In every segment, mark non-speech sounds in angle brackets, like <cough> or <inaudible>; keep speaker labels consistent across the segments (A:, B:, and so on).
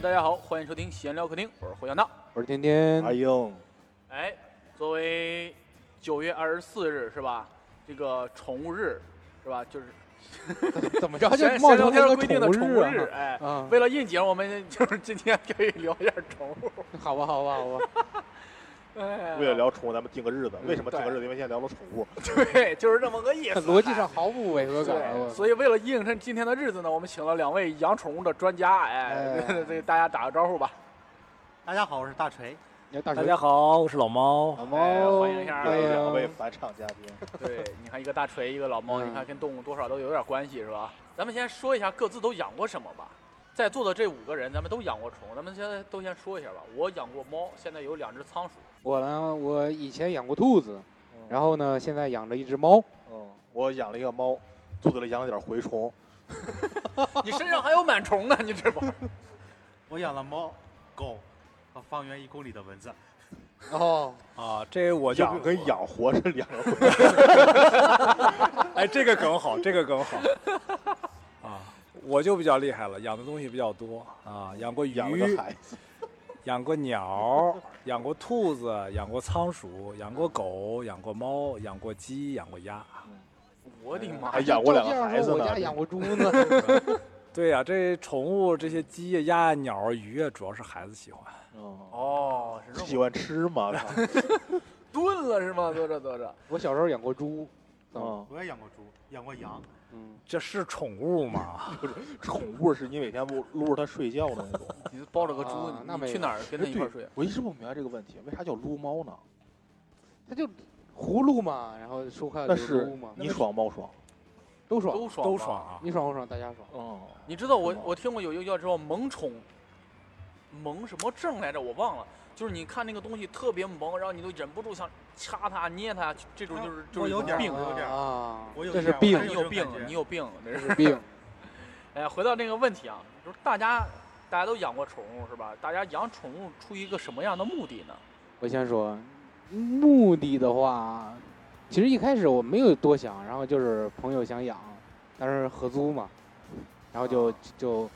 A: 大家好，欢迎收听闲聊客厅，我是胡小闹。
B: 我是天天。
C: 哎呦，
A: 哎，作为九月二十四日是吧？这个宠物日是吧？就是
B: 怎么着就
A: 闲
B: 冒
A: 闲
B: 充
A: 聊天
B: 那个
A: 规定的宠
B: 物
A: 物
B: 日
A: 日，
B: 啊？
A: 哎，
B: 啊，
A: 为了应景，我们就是今天可以聊一下宠物。
B: <laughs> 好吧，好吧，好吧。
A: 哎，
C: 为了聊宠物，咱们定个日子。为什么
A: 对
C: 定个日子？因为现在聊了宠物。
A: <laughs> 对，就是这么个意思。 <laughs>
B: 逻辑上毫无违和感啊。
A: 对，
B: 我
A: <laughs> 所以为了应衬今天的日子呢，我们请了两位养宠物的专家，哎，<laughs>
B: 哎
A: 这大家打个招呼吧。
D: 大家好，我是大锤。
B: 你看大
E: 大
B: 学
E: 家好，我是老猫。
C: 好啊
A: 哎欢迎一下
B: 哎呀
C: 两位返场嘉宾。 <laughs>
A: 对，你看一个大锤，一个老猫，
B: 嗯
A: 你看跟动物多少都有点关系，是吧？咱们先说一下各自都养过什么吧。在座的这五个人，咱们都养过宠物，咱们现在都先说一下吧。我养过猫，现在有两只仓鼠。
B: 我呢，我以前养过兔子，
C: 嗯
B: 然后呢，现在养着一只猫。
C: 嗯，我养了一个猫，肚子里养了点蛔虫。
A: 你身上还有螨虫呢，你这不？
D: 我养了猫、狗和方圆一公里的蚊子。
B: <laughs> 哦，
E: 啊，这我就
C: 养跟养活是两 <laughs> 个回事。 <laughs>
E: 哎，这个梗好，这个梗好。啊，我就比较厉害了，养的东西比较多啊，养过鱼，
C: 养了个孩子，
E: 养过鸟，养过兔子，养过仓鼠，养过狗，养过猫，养过鸡，养过鸭。
A: 我的妈
B: 哎
C: 还
A: 呀！
C: 养过两
B: 照这
C: 个
B: 样
C: 孩子
B: 说我
C: 呢
B: 家。养过猪呢。
E: 对呀、这宠物这些鸡呀、鸭呀、鸟儿、鱼啊，主要是孩子喜欢。
C: 嗯，
A: 哦，是这
C: 喜
A: 么
C: 欢吃 <laughs> 嘛？
A: 炖了是吗？坐着坐着，
B: 我小时候养过猪。
C: 嗯，
D: 我也养过猪，养过羊。
B: 嗯，
E: 这是宠物吗？
C: 宠物是你每天撸撸着它睡觉的那种。
A: 你抱着个猪
B: 啊，那
A: 你
B: 没
A: 去
B: 有哎
A: 哪儿跟它一块儿睡？
C: 我一直不明白这个问题，为啥叫撸猫呢？
B: 它就葫芦嘛，然后说话就
C: 那
B: 是猪嘛，
C: 你爽猫爽。
B: 都爽，
A: 都爽
E: 都
A: 吧
E: 爽啊！
B: 你爽不爽？大家爽。
C: 嗯，
A: 你知道我
C: 是吗
A: 我听过有一个叫什么萌宠，萌什么症来着，我忘了。就是你看那个东西特别萌，然后你都忍不住想掐它、捏它，这种就是
D: 啊
A: 就是
D: 我有点儿
A: 病
D: 我。有点儿
B: 啊，
D: 我有
B: 这
D: 一
B: 是
D: 点儿
B: 病
D: 我，还
A: 你
D: 有
A: 有
D: 这种感
A: 病，
D: 觉
A: 你有病，这
B: 这
A: 是。
B: 是病。
A: 哎，回到这个问题啊，就是大家大家都养过宠物是吧？大家养宠物出于一个什么样的目的呢？
B: 我先说，目的的话，其实一开始我没有多想，然后就是朋友想养，但是合租嘛，然后就就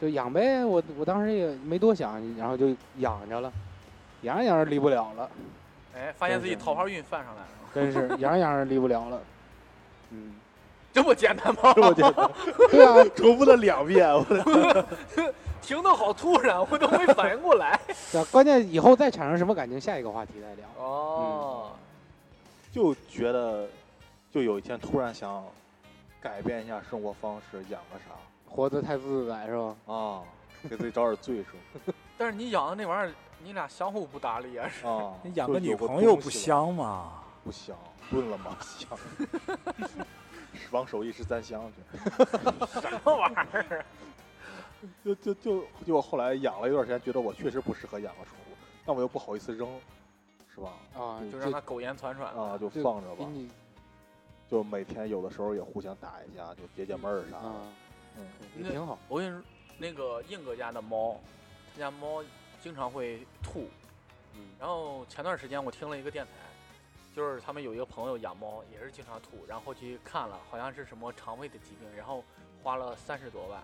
B: 就养呗。我我当时也没多想，然后就养着了，养着养着离不了了，
A: 哎，发现自己
B: 对对
A: 桃花运犯上来了，
B: 真是养着养着离不了了。嗯，
A: 这么简单吗？
C: 这么简单，
B: 对啊，
C: <laughs> 重复了两遍，我的 <laughs>
A: 停的好突然，我都没反应过来。
B: 对啊关键以后再产生什么感情，下一个话题再聊。
A: 哦，
C: 就觉得，就有一天突然想改变一下生活方式，养个啥
B: 活得太自在是吧？
C: 啊，给自己找点罪受
A: 但是你养的那玩意儿，你俩相互不搭理啊，是
C: 啊。
E: 你养
C: 就
E: 个
C: 有
E: 女
C: 个
E: 朋友
C: 东
E: 不
C: 西了？
E: 香吗？
C: 不香，炖了吗？香。王守义十三香去，
A: 什么玩意儿？
C: 就就就就我后来养了一段时间，觉得我确实不适合养个宠物，但我又不好意思扔，是吧？
B: 啊，
A: 就让它苟延残喘。
C: 啊，就
B: 就
C: 放着
B: 给
C: 吧，
B: 你
C: 就每天有的时候也互相打一架，就解解闷儿啥的。
B: 啊，
C: 嗯，
B: 也挺好。
A: 我跟你说，那个硬哥家的猫，他家猫经常会吐。
B: 嗯
A: 然后前段时间我听了一个电台，就是他们有一个朋友养猫，也是经常吐，然后去看了，好像是什么肠胃的疾病，然后花了三十多万。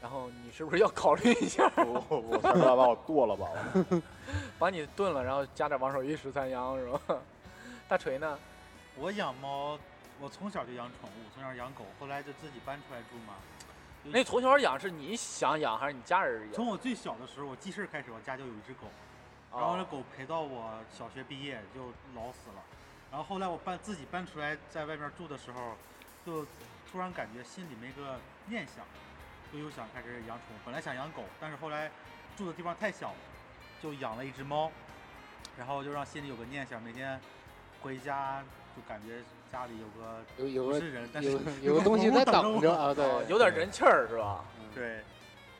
A: 然后你是不是要考虑一下，
C: 我我我三十万把我剁了吧，我
A: 把你炖了，然后加点王守义十三香是吧？ <laughs> 大锤呢？
D: 我养猫，我从小就养宠物，从小养狗，后来就自己搬出来住嘛。
A: 那从小养是你想养还是你家人养
D: 从？我最小的时候，我记事儿开始，我家就有一只狗，然后
A: 哦
D: 这狗陪到我小学毕业就老死了。然后后来我搬自己搬出来，在外面住的时候，就突然感觉心里没个念想，就又想开始养宠物。本来想养狗，但是后来住的地方太小，就养了一只猫，然后就让心里有个念想，每天回家就感觉家里有个
B: 有有
D: 不
B: 个
D: 是人，但
B: 有
D: 是
B: 个有个东
D: <laughs>
B: 西在等着啊，对
A: 哦，有点人气儿是吧？
B: 嗯
D: 对，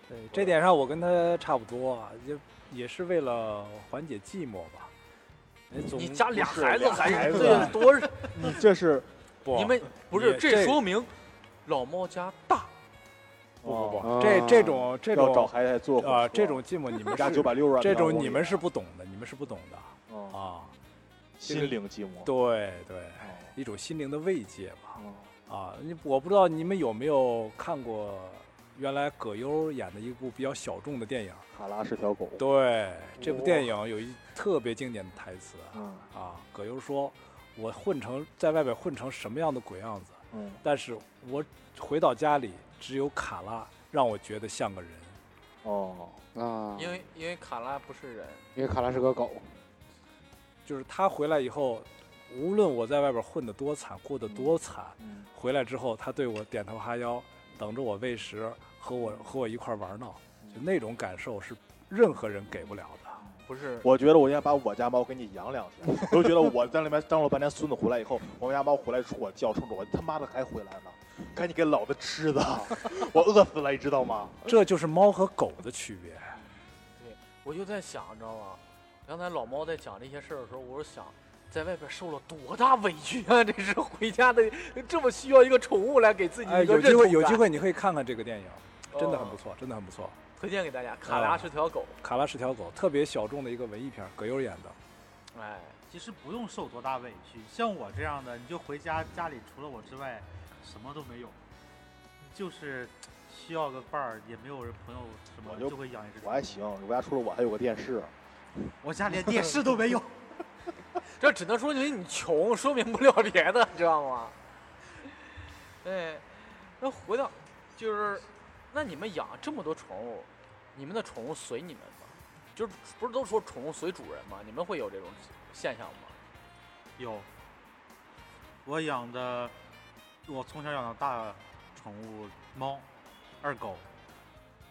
E: 对，这点上我跟他差不多，啊，也也是为了缓解寂寞吧。哎，总
A: 你家俩
C: 不是
A: 孩子
C: 俩
A: 还
C: 孩
A: 是
C: 子
A: 对
C: 啊
A: 多
C: 你这是
E: 不
A: 你们不是
E: 也这
A: 这
E: 啊
A: 说明老猫家大，
E: 不不不，
C: 哦
B: 哦
E: 这这种这
C: 要找
E: 种
C: 孩子还做
E: 啊、这种寂寞
C: <laughs>
E: 你们
C: 加
E: 是
C: 九百六十万，
E: 这种你们是不懂的，你们是不懂的
C: 啊，
E: 啊。
C: 心灵寂寞。
E: 对对，
C: 哦
E: 一种心灵的慰藉吧。
C: 哦
E: 啊，你我不知道你们有没有看过原来葛优演的一部比较小众的电影。
C: 卡拉是条狗。
E: 对，这部
C: 哇
E: 电影有一特别经典的台词
C: 嗯
E: 啊，葛优说：“我混成在外边混成什么样的鬼样子，
C: 嗯，
E: 但是我回到家里，只有卡拉让我觉得像个人。
C: 哦，
E: 嗯
B: 啊，
A: 因为因为卡拉不是人，
B: 因为卡拉是个狗，
E: 就是他回来以后，无论我在外边混得多惨，过得多惨，
C: 嗯，
E: 回来之后他对我点头哈腰，等着我喂食，和我和我一块儿玩闹，就那种感受是任何人给不了的。
A: 不是
C: 我觉得我应该把我家猫给你养 <laughs> 两天。我就觉得我在那边张罗半天孙子回来以后，我们家猫回来冲我叫，冲着我他妈的还回来呢，赶紧给老子吃 <laughs> 的，我饿死了，你知道吗？
A: 嗯
E: 这就是猫和狗的区别。
A: 我就在想，你知道吗？刚才老猫在讲这些事儿的时候，我就想，在外边受了多大委屈啊！ <laughs> 这是回家的这么需要一个宠物来给自己
E: 哎，
A: 一个
E: 有
A: 认
E: 机
A: 同
E: 会
A: 感，
E: 有机会你可以看看这个电影，
A: 哦
E: 真的很不错，嗯真的很不错。
A: 推荐给大家。卡拉是条狗，
E: 卡拉是条狗，特别小众的一个文艺片，葛优演的。
A: 哎，
D: 其实不用受多大委屈，像我这样的，你就回家，家里除了我之外，什么都没有，就是需要个伴儿，也没有人朋友什么
C: 我，就
D: 就会养一只。
C: 我还行，，我家除了我还有个电视，
D: 我家连电视都
C: <laughs>
D: 没有。
A: 这只能说明你穷，说明不了别的，知道吗？哎，那回到就是，那你们养这么多宠物，你们的宠物随你们吗？就是不是都说宠物随主人吗？你们会有这种现象吗？ <laughs>
D: 有，我养的，我从小养的大宠物猫，二狗，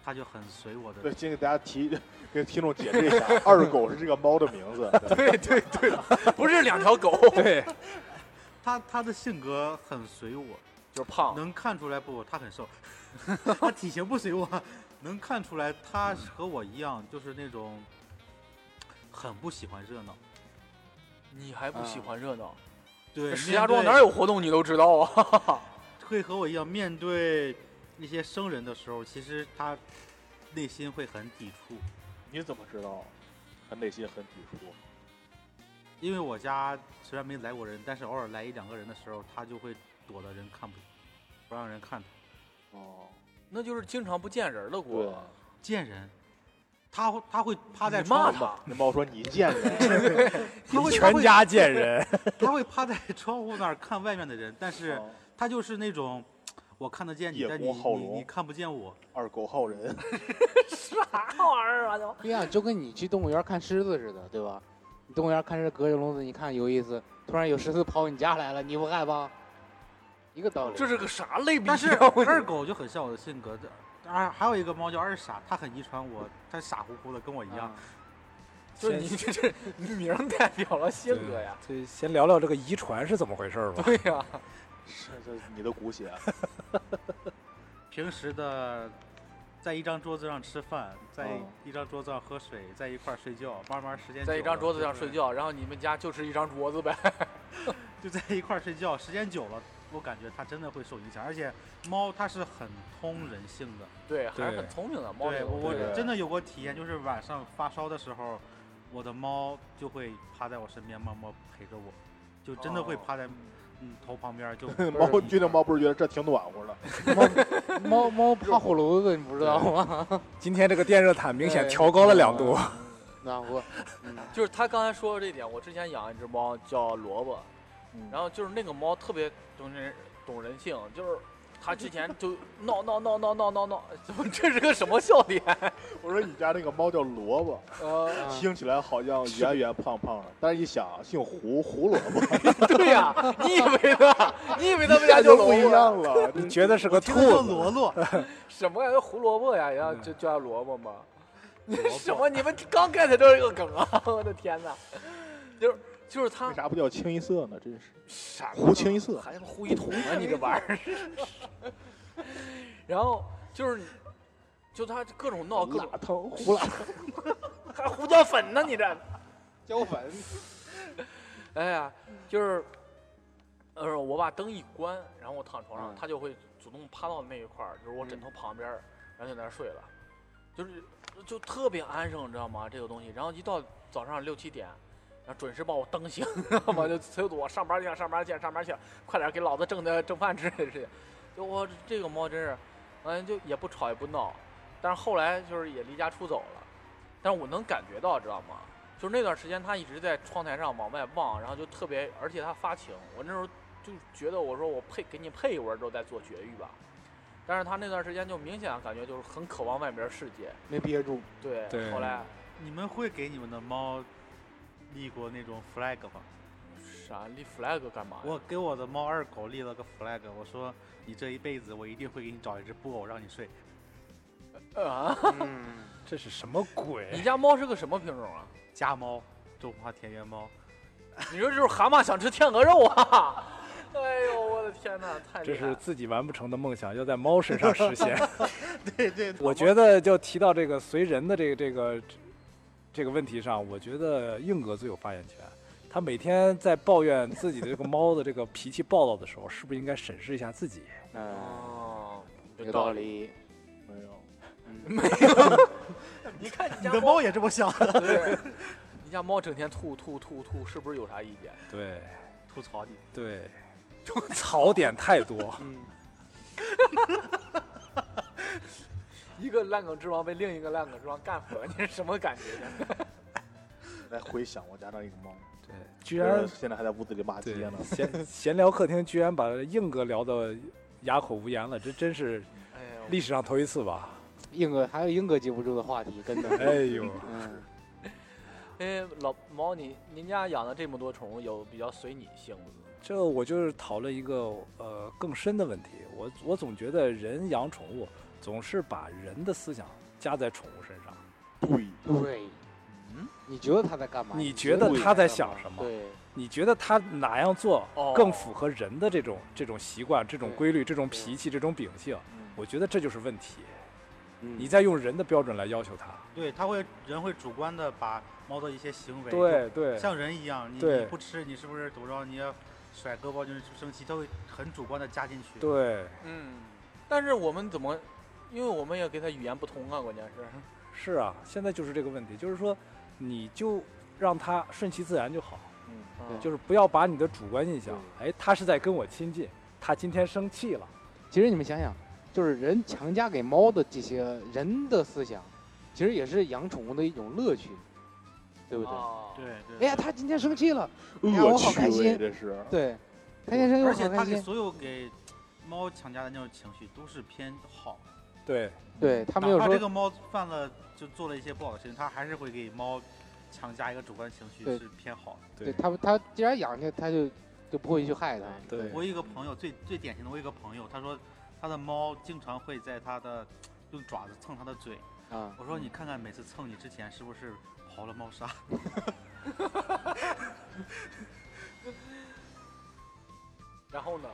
D: 它就很随我
C: 对，
D: 的。
C: 先给大家提， <laughs> 给听众解释一下， <laughs> 二狗是这个猫的名字。
A: 对对对，不是两条狗，
E: 对，
D: 它它的性格很随我，
A: 就是胖。
D: 能看出来不？它很瘦， <laughs> 它体型不随我，能看出来
A: 嗯
D: 它和我一样，就是那种很不喜欢热闹。
A: 你还不喜
B: 啊
A: 欢热闹？
D: 对，
A: 石
D: 面
A: 家庄
D: 对
A: 哪儿有活动你都知道啊？ <laughs>
D: 会和我一样面对那些生人的时候，其实它内心会很抵触。
C: 你怎么知道？他内心很抵触。
D: 因为我家虽然没来过人，但是偶尔来一两个人的时候，他就会躲着人看不，不让人看他。
C: 哦，
A: 那就是经常不见人了，
C: 对
A: 锅。，
D: 见人，他会他会趴在
A: 你骂
D: 窗户，
A: 他，
C: 那猫说你贱 <laughs> 人。
D: 他会
E: 全家见人。
A: <laughs>
D: 他会趴在窗户那儿看外面的人，但是
C: 哦
D: 他就是那种我看得见你
C: 叶，
D: 但
C: 公
D: 你
C: 好
D: 你
C: 龙
D: 你看不见我。
C: 二狗好人，
D: <laughs> 啊
B: 对呀，就跟你去动物园看狮子似的，对吧？你动物园看狮子隔着笼子，你看有意思，突然有狮子跑你家来了，你不害怕？一个道理。
A: <laughs> 这是个啥类比啊？
D: 但是
A: 我
D: 二狗就很像我的性格的。啊，还有一个猫叫二傻，它很遗传我，它傻乎乎的，跟我一样。
B: 啊
A: <laughs> 就是你这这你名儿代表了性格呀。
E: 对，先聊聊这个遗传是怎么回
A: <laughs>
E: 事儿吧。
A: 对呀、
C: 是这是你的骨血。
A: 嗯
D: 平时的，在一张桌子上吃饭，在
C: 哦
D: 一张桌子上喝水，在一块儿睡觉，慢慢时间
A: 嗯在一
D: 久
A: 张
D: 了
A: 桌子
D: 就
A: 上
D: 会
A: 睡觉，然后你们家就是一张桌子呗。
D: 就在一块儿睡觉，时间久了，我感觉它真的会受影响。而且猫它是很通人性的，
A: 对，还是
E: 对
A: 很聪明的猫
D: 对
A: 这个
D: 我
A: 东西。
C: 对
D: 我真的有过体验，就是晚上发烧的时候，我的猫就会趴在我身边，默默陪着我，就真的会
A: 哦
D: 趴在嗯头旁边就
C: <laughs> 猫觉得猫不是觉得这挺暖和的，
B: 猫猫怕火炉子，你不知道吗？
E: 今天这个电热毯 <laughs> 明显调高了两度。
B: 暖和。啊嗯
A: 就是他刚才说的这点，我之前养一只猫叫萝卜，然后就是那个猫特别懂人懂人性，就是它之前就闹闹闹闹闹闹闹， <laughs> 怎么这是个什么笑点？ <laughs>
C: 我说你家那个猫叫萝卜，
A: 呃，
B: 啊
C: 听起来好像圆圆胖胖的，但是一想姓胡胡萝卜，
A: 对呀、你以为呢？你以为他们家
C: 就
A: 叫
C: 不一
A: 萝卜？
C: 样了。
E: <laughs> 你觉得是个
D: 听
E: 兔
D: 着叫
E: 子？
D: 罗罗，
A: 什么呀？胡萝卜呀？也要
E: 嗯
A: 就就叫萝卜吗？
D: 萝卜
A: <laughs> 什么？你们刚 get 到这个梗啊！ <laughs> 我的天哪，就是就是他
C: 为啥不叫清一色呢？真是
A: 傻
C: 胡清一色。
A: 还他妈呼一桶啊！你这玩意儿。 <laughs> 然后就是，就他各种闹，各
C: 辣
A: 种
C: 汤胡辣
A: 还胡椒粉呢，你这。
B: <laughs> 胶粉
A: <laughs> 哎呀，就是，呃，我把灯一关，然后我躺床上，
B: 嗯
A: 它就会主动趴到那一块儿，就是我枕头旁边儿，然后就在那儿睡了，就是就特别安生，你知道吗？这个东西，然后一到早上六七点。然后准时把我蹬醒， <laughs> 知道吗？就催我上班去，上班去，上班去，快点给老子挣的挣饭吃的事情。就我这个猫真是，完就也不吵也不闹，但是后来就是也离家出走了，但是我能感觉到，知道吗？就是那段时间他一直在窗台上往外望，然后就特别，而且他发情，我那时候就觉得我说我配给你配一会儿之后再做绝育吧，但是他那段时间就明显感觉就是很渴望外面的世界，
B: 没憋住，
A: 对，
E: 对
A: 后来
D: 你们会给你们的猫立过那种 flag 吗？
A: 啥立 flag 干嘛呀？
D: 我给我的猫二狗立了个 flag，我说你这一辈子我一定会给你找一只布偶让你睡。
A: 啊，
B: 嗯，
E: 这是什么
A: 你
D: 哎
E: 鬼？
A: 家猫是个什么品种啊？
D: 家猫，中华田园猫，
A: 你说这就是蛤蟆想吃天鹅肉啊！ <laughs> 哎呦，我的天哪，太
E: 这
A: 厉害
E: 是
A: 了！
E: 自己完不成的梦想，要在猫身上实 <laughs> 现。
D: <laughs> 对对，
E: 我觉得就提到这个随人的这个这个这个问题上，我觉得硬哥最有发言权。他每天在抱怨自己的这个猫的这个脾气暴躁的时候，是不是应该审视一下自己？
B: 嗯，
A: 哦，
B: 有道。理。
C: <laughs> 没有，
B: 嗯
A: <laughs> 你看你
D: 你
A: 家
D: 的猫也这么想， <laughs>
A: 猫，对 <laughs> 你家猫整天吐吐吐吐，是不是有啥意见？
E: 对
D: 吐槽你。
E: 对，槽点太多。
B: 嗯，
A: 一个烂梗之王被另一个烂梗之王干服了，你是什么感觉呢？
C: 现在回想我家那
B: <laughs>
C: 一个猫，
E: 对， <laughs> 居然
C: 现在还在屋子里骂街
E: <laughs> 对
C: 呢。
E: 闲闲聊客厅，居然把硬哥聊的哑口无言了，这真是
A: 哎呦，
E: 历史上头一次吧？
B: 英哥还有英哥记不住的话题，真
E: <laughs>
B: 的。
E: 哎呦，
B: 嗯，
A: 哎，老猫，你您家养了这么多宠物，有比较随你性子吗？
E: 这我就是讨论一个呃更深的问题。我我总觉得人养宠物总是把人的思想加在宠物身上。
C: 对，
B: 对，
D: 嗯，
B: 你觉得他在干嘛？
E: 你觉得他在想
B: 干嘛
E: 什么
B: 对，
E: 你觉得它哪样做
A: 哦
E: 更符合人的这种这种习惯、这种
B: 对
E: 规律、这种脾气、这种秉性？
C: 嗯
E: 我觉得这就是问题。
B: 嗯
E: 你在用人的标准来要求它。
D: 对，它会人会主观的把猫的一些行为，
E: 对对
D: 像人一样，你
E: 对
D: 你不吃，你是不是怎么着？你要甩胳膊就是生气，它会很主观的加进去。
E: 对，
A: 嗯，但是我们怎么，因为我们也跟它语言不通啊，关键是。
E: 是啊，现在就是这个问题，就是说，你就让它顺其自然就好，
C: 嗯，
A: 嗯
E: 就是不要把你的主观印象，哎，它是在跟我亲近，它今天生气了，
B: 其实你们想想，就是人强加给猫的这些人的思想，其实也是养宠物的一种乐趣，对不对？
A: 哦
D: 对对。
B: 哎呀，它今天生气了，哎呀我
C: 恶
B: 好开
C: 趣味
B: 心
C: 这是。
B: 对，它今天生气我好
D: 而且它
B: 开
D: 给
B: 心，
D: 所有给猫强加的那种情绪都是偏好，
E: 对，
B: 对它没
D: 哪
B: 有
D: 怕这
B: 说
D: 个猫犯了就做了一些不好的事情，它还是会给猫强加一个主观情绪
B: 对
D: 是偏好的。
B: 对它它既然养它，它就就不会去害它。
E: 对
D: 我有一个朋友最最典型的，我有一个朋友，他说他的猫经常会在他的用爪子蹭他的嘴。
B: 啊，
D: 我说你看看每次蹭你之前是不是刨了猫砂？ <laughs>
A: 然后呢？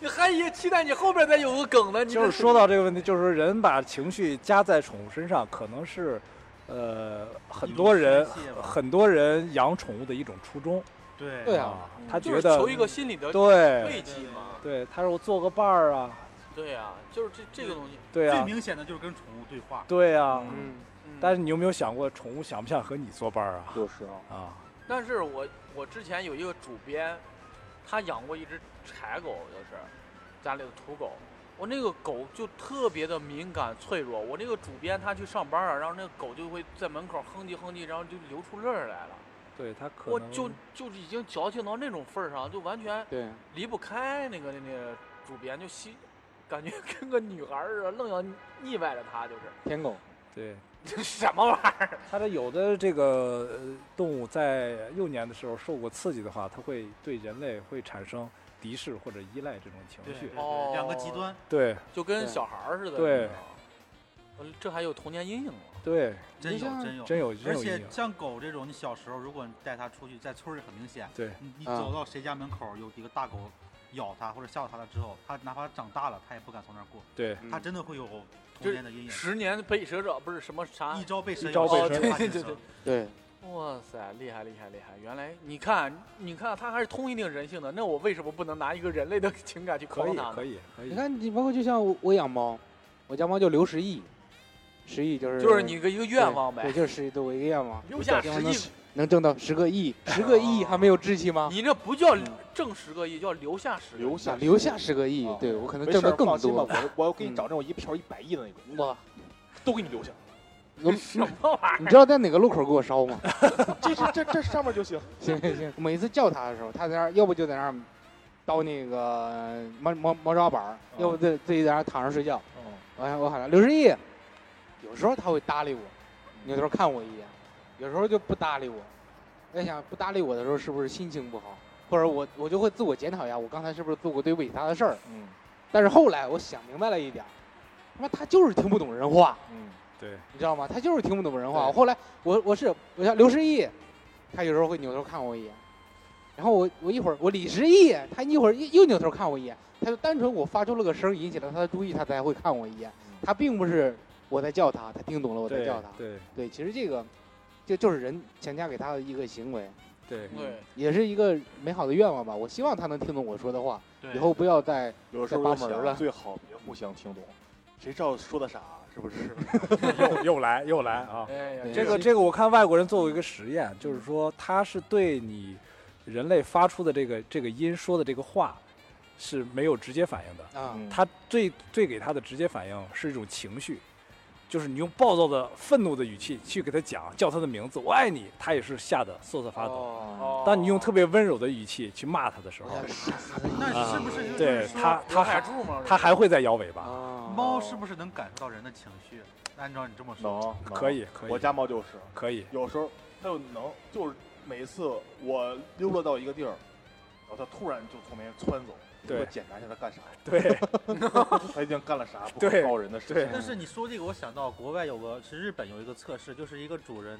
A: 你还以期待你后边再有个梗呢？你
E: 就是
A: 这
E: 说到这个问题，就是说人把情绪加在宠物身上，可能是，呃，很多人
D: 宣泄吧
E: 很多人养宠物的一种初衷。
D: 对
B: 对啊
E: 他
A: 就
E: 觉
A: 是
E: 得
A: 求一个心理
D: 呃
A: 的慰
E: 对
A: 藉嘛。
E: 对，他说我做个伴儿啊，
A: 对呀、就是这这个东西，
E: 对
D: 最
E: 啊，
D: 明显的就是跟宠物对话。
E: 对啊。
A: 嗯
B: 嗯，
A: 嗯
E: 但是你有没有想过，宠物想不想和你做伴儿啊？
C: 就是啊，
E: 啊，
A: 但是我我之前有一个主编，他养过一只柴狗，就是家里的土狗。我那个狗就特别的敏感脆弱，我那个主编他去上班啊，然后那个狗就会在门口哼唧哼唧，然后就流出泪儿来了。
E: 对他可
A: 我
E: 能
A: 就就是已经矫情到那种份儿上，就完全
B: 对，
A: 离不开那个那个主编，就吸，感觉跟个女孩儿似的，愣要腻歪着她，
E: <laughs>
A: 就是
B: 舔狗，
E: 对
A: 这什么玩意儿？
E: 他的有的这个呃动物在幼年的时候受过刺激的话，它会对人类会产生敌视或者依赖这种情
D: 对对
E: 绪
D: 对，。
A: 哦
D: 两个极端。
E: 对
A: 就跟
B: 对
A: 小孩儿似的。
E: 对
A: 你知道吗，呃这还有童年阴影吗？
E: 对，
D: 真
B: 你
D: 有
B: 像
D: 真有，
E: 真有
D: 而
E: 真有阴
D: 且
E: 影。
D: 像狗这种，你小时候如果你带它出去，在村儿里很明显，
E: 对
D: 你你
B: 啊
D: 走到谁家门口有一个大狗咬它或者吓到它了之后，它哪怕长大了，它也不敢从那儿过，
E: 对
D: 它
B: 嗯
D: 真的会有
A: 这
D: 童年的阴影。
A: 十年被蛇者不是什么啥
D: 一？朝被蛇
E: 一
D: 咬，
E: 朝被
D: 十
E: 蛇
A: 咬
D: 年怕井
A: 对对
D: 绳
B: 对，
A: 哇塞，厉害厉害厉害！原来你看你看，他还是通一定人性的。那我为什么不能拿一个人类的情感去
E: 可
A: 框
E: 以
A: 他呢？
E: 可以可
B: 你
E: 以。
B: 看你包括就像我我养猫，我家猫叫刘十亿，十亿就是
A: 就是你个一个愿望
B: 对，
A: 呗，
B: 就是十亿多我一个愿望，
A: 留下
B: 希
A: 十
B: 望能
A: 亿，
B: 能挣到十个亿，十个亿还没有志气吗？
A: 你这不叫
B: 嗯
A: 挣十个亿，叫留下十个亿
C: 留下
B: 想留下啊十个亿
C: 哦，
B: 对我可能
C: 没
B: 挣
C: 事
B: 得
C: 儿，
B: 更
C: 放心吧，
B: 多。
C: 我我给你
B: 嗯
C: 找那种一票一百亿的那种，
B: 哇，
C: 都给你留下，
B: 我
A: 什么玩意儿？
B: 你知道在哪个路口给我烧吗？
C: <laughs> 这是这这上面就行。
B: 行行行，每次叫他的时候，他在那儿，要不就在那儿叨那个呃猫猫猫抓板儿，要不自自己在那儿躺着睡觉。
C: 嗯
B: 我喊我喊他刘十一，有时候他会搭理我，扭头看我一眼，有时候就不搭理我。在想不搭理我的时候是不是心情不好，或者我我就会自我检讨一下，我刚才是不是做过对不起他的事儿？
C: 嗯
B: 但是后来我想明白了一点儿，他妈他就是听不懂人话。
C: 嗯，
E: 对，
B: 你知道吗？他就是听不懂人话。
C: 对
B: 我后来我我是我叫刘十一，他有时候会扭头看我一眼，然后我我一会儿我李十一，他一会儿又又扭头看我一眼，他就单纯我发出了个声儿引起了他的注意，他才会看我一眼。他并不是我在叫他，他听懂了我在
E: 对
B: 叫他。
E: 对
B: 对，其实这个就就是人强加给他的一个行为，
E: 对
A: 对，
B: 也是一个美好的愿望吧。我希望他能听懂我说的话，
D: 对
B: 以后不要再
C: 有时候
B: 在
C: 我
B: 八门了
C: 想最好别互相听懂，谁知道说的啥，是不是？
E: 又又来又来啊！
A: 哎呀
B: 对，
E: 这个这个，我看外国人做过一个实验，就是说他是对你人类发出的这个这个音说的这个话是没有直接反应的，
B: 啊，
C: 嗯
E: 他最最给他的直接反应是一种情绪，就是你用暴躁的、愤怒的语气去给他讲，叫他的名字，我爱你，他也是吓得瑟瑟发抖。
A: 哦
E: 当你用特别温柔的语气去骂他的时
B: 我
E: 候，
B: 想杀死啊
D: 那是不是就
E: 哦对
D: 是说
E: 他他
A: 海
E: 还
A: 柱吗？
E: 他还会再摇尾巴，
B: 啊
D: 猫是不是能感受到人的情绪？按照你这么说，
C: <laughs> 能
E: 可，以可
C: 能我
E: 以
C: 家猫就是，
E: 可以，
C: 有时候它就能，就是每一次我溜达到一个地儿，然后它突然就从旁边窜走，
E: 对
C: 我检查一下它干啥，
E: 对
C: 它已经干了啥不
E: 对
C: 可告人的事
E: 对
C: 情。
D: 但是你说这个，我想到国外有个是日本有一个测试，就是一个主人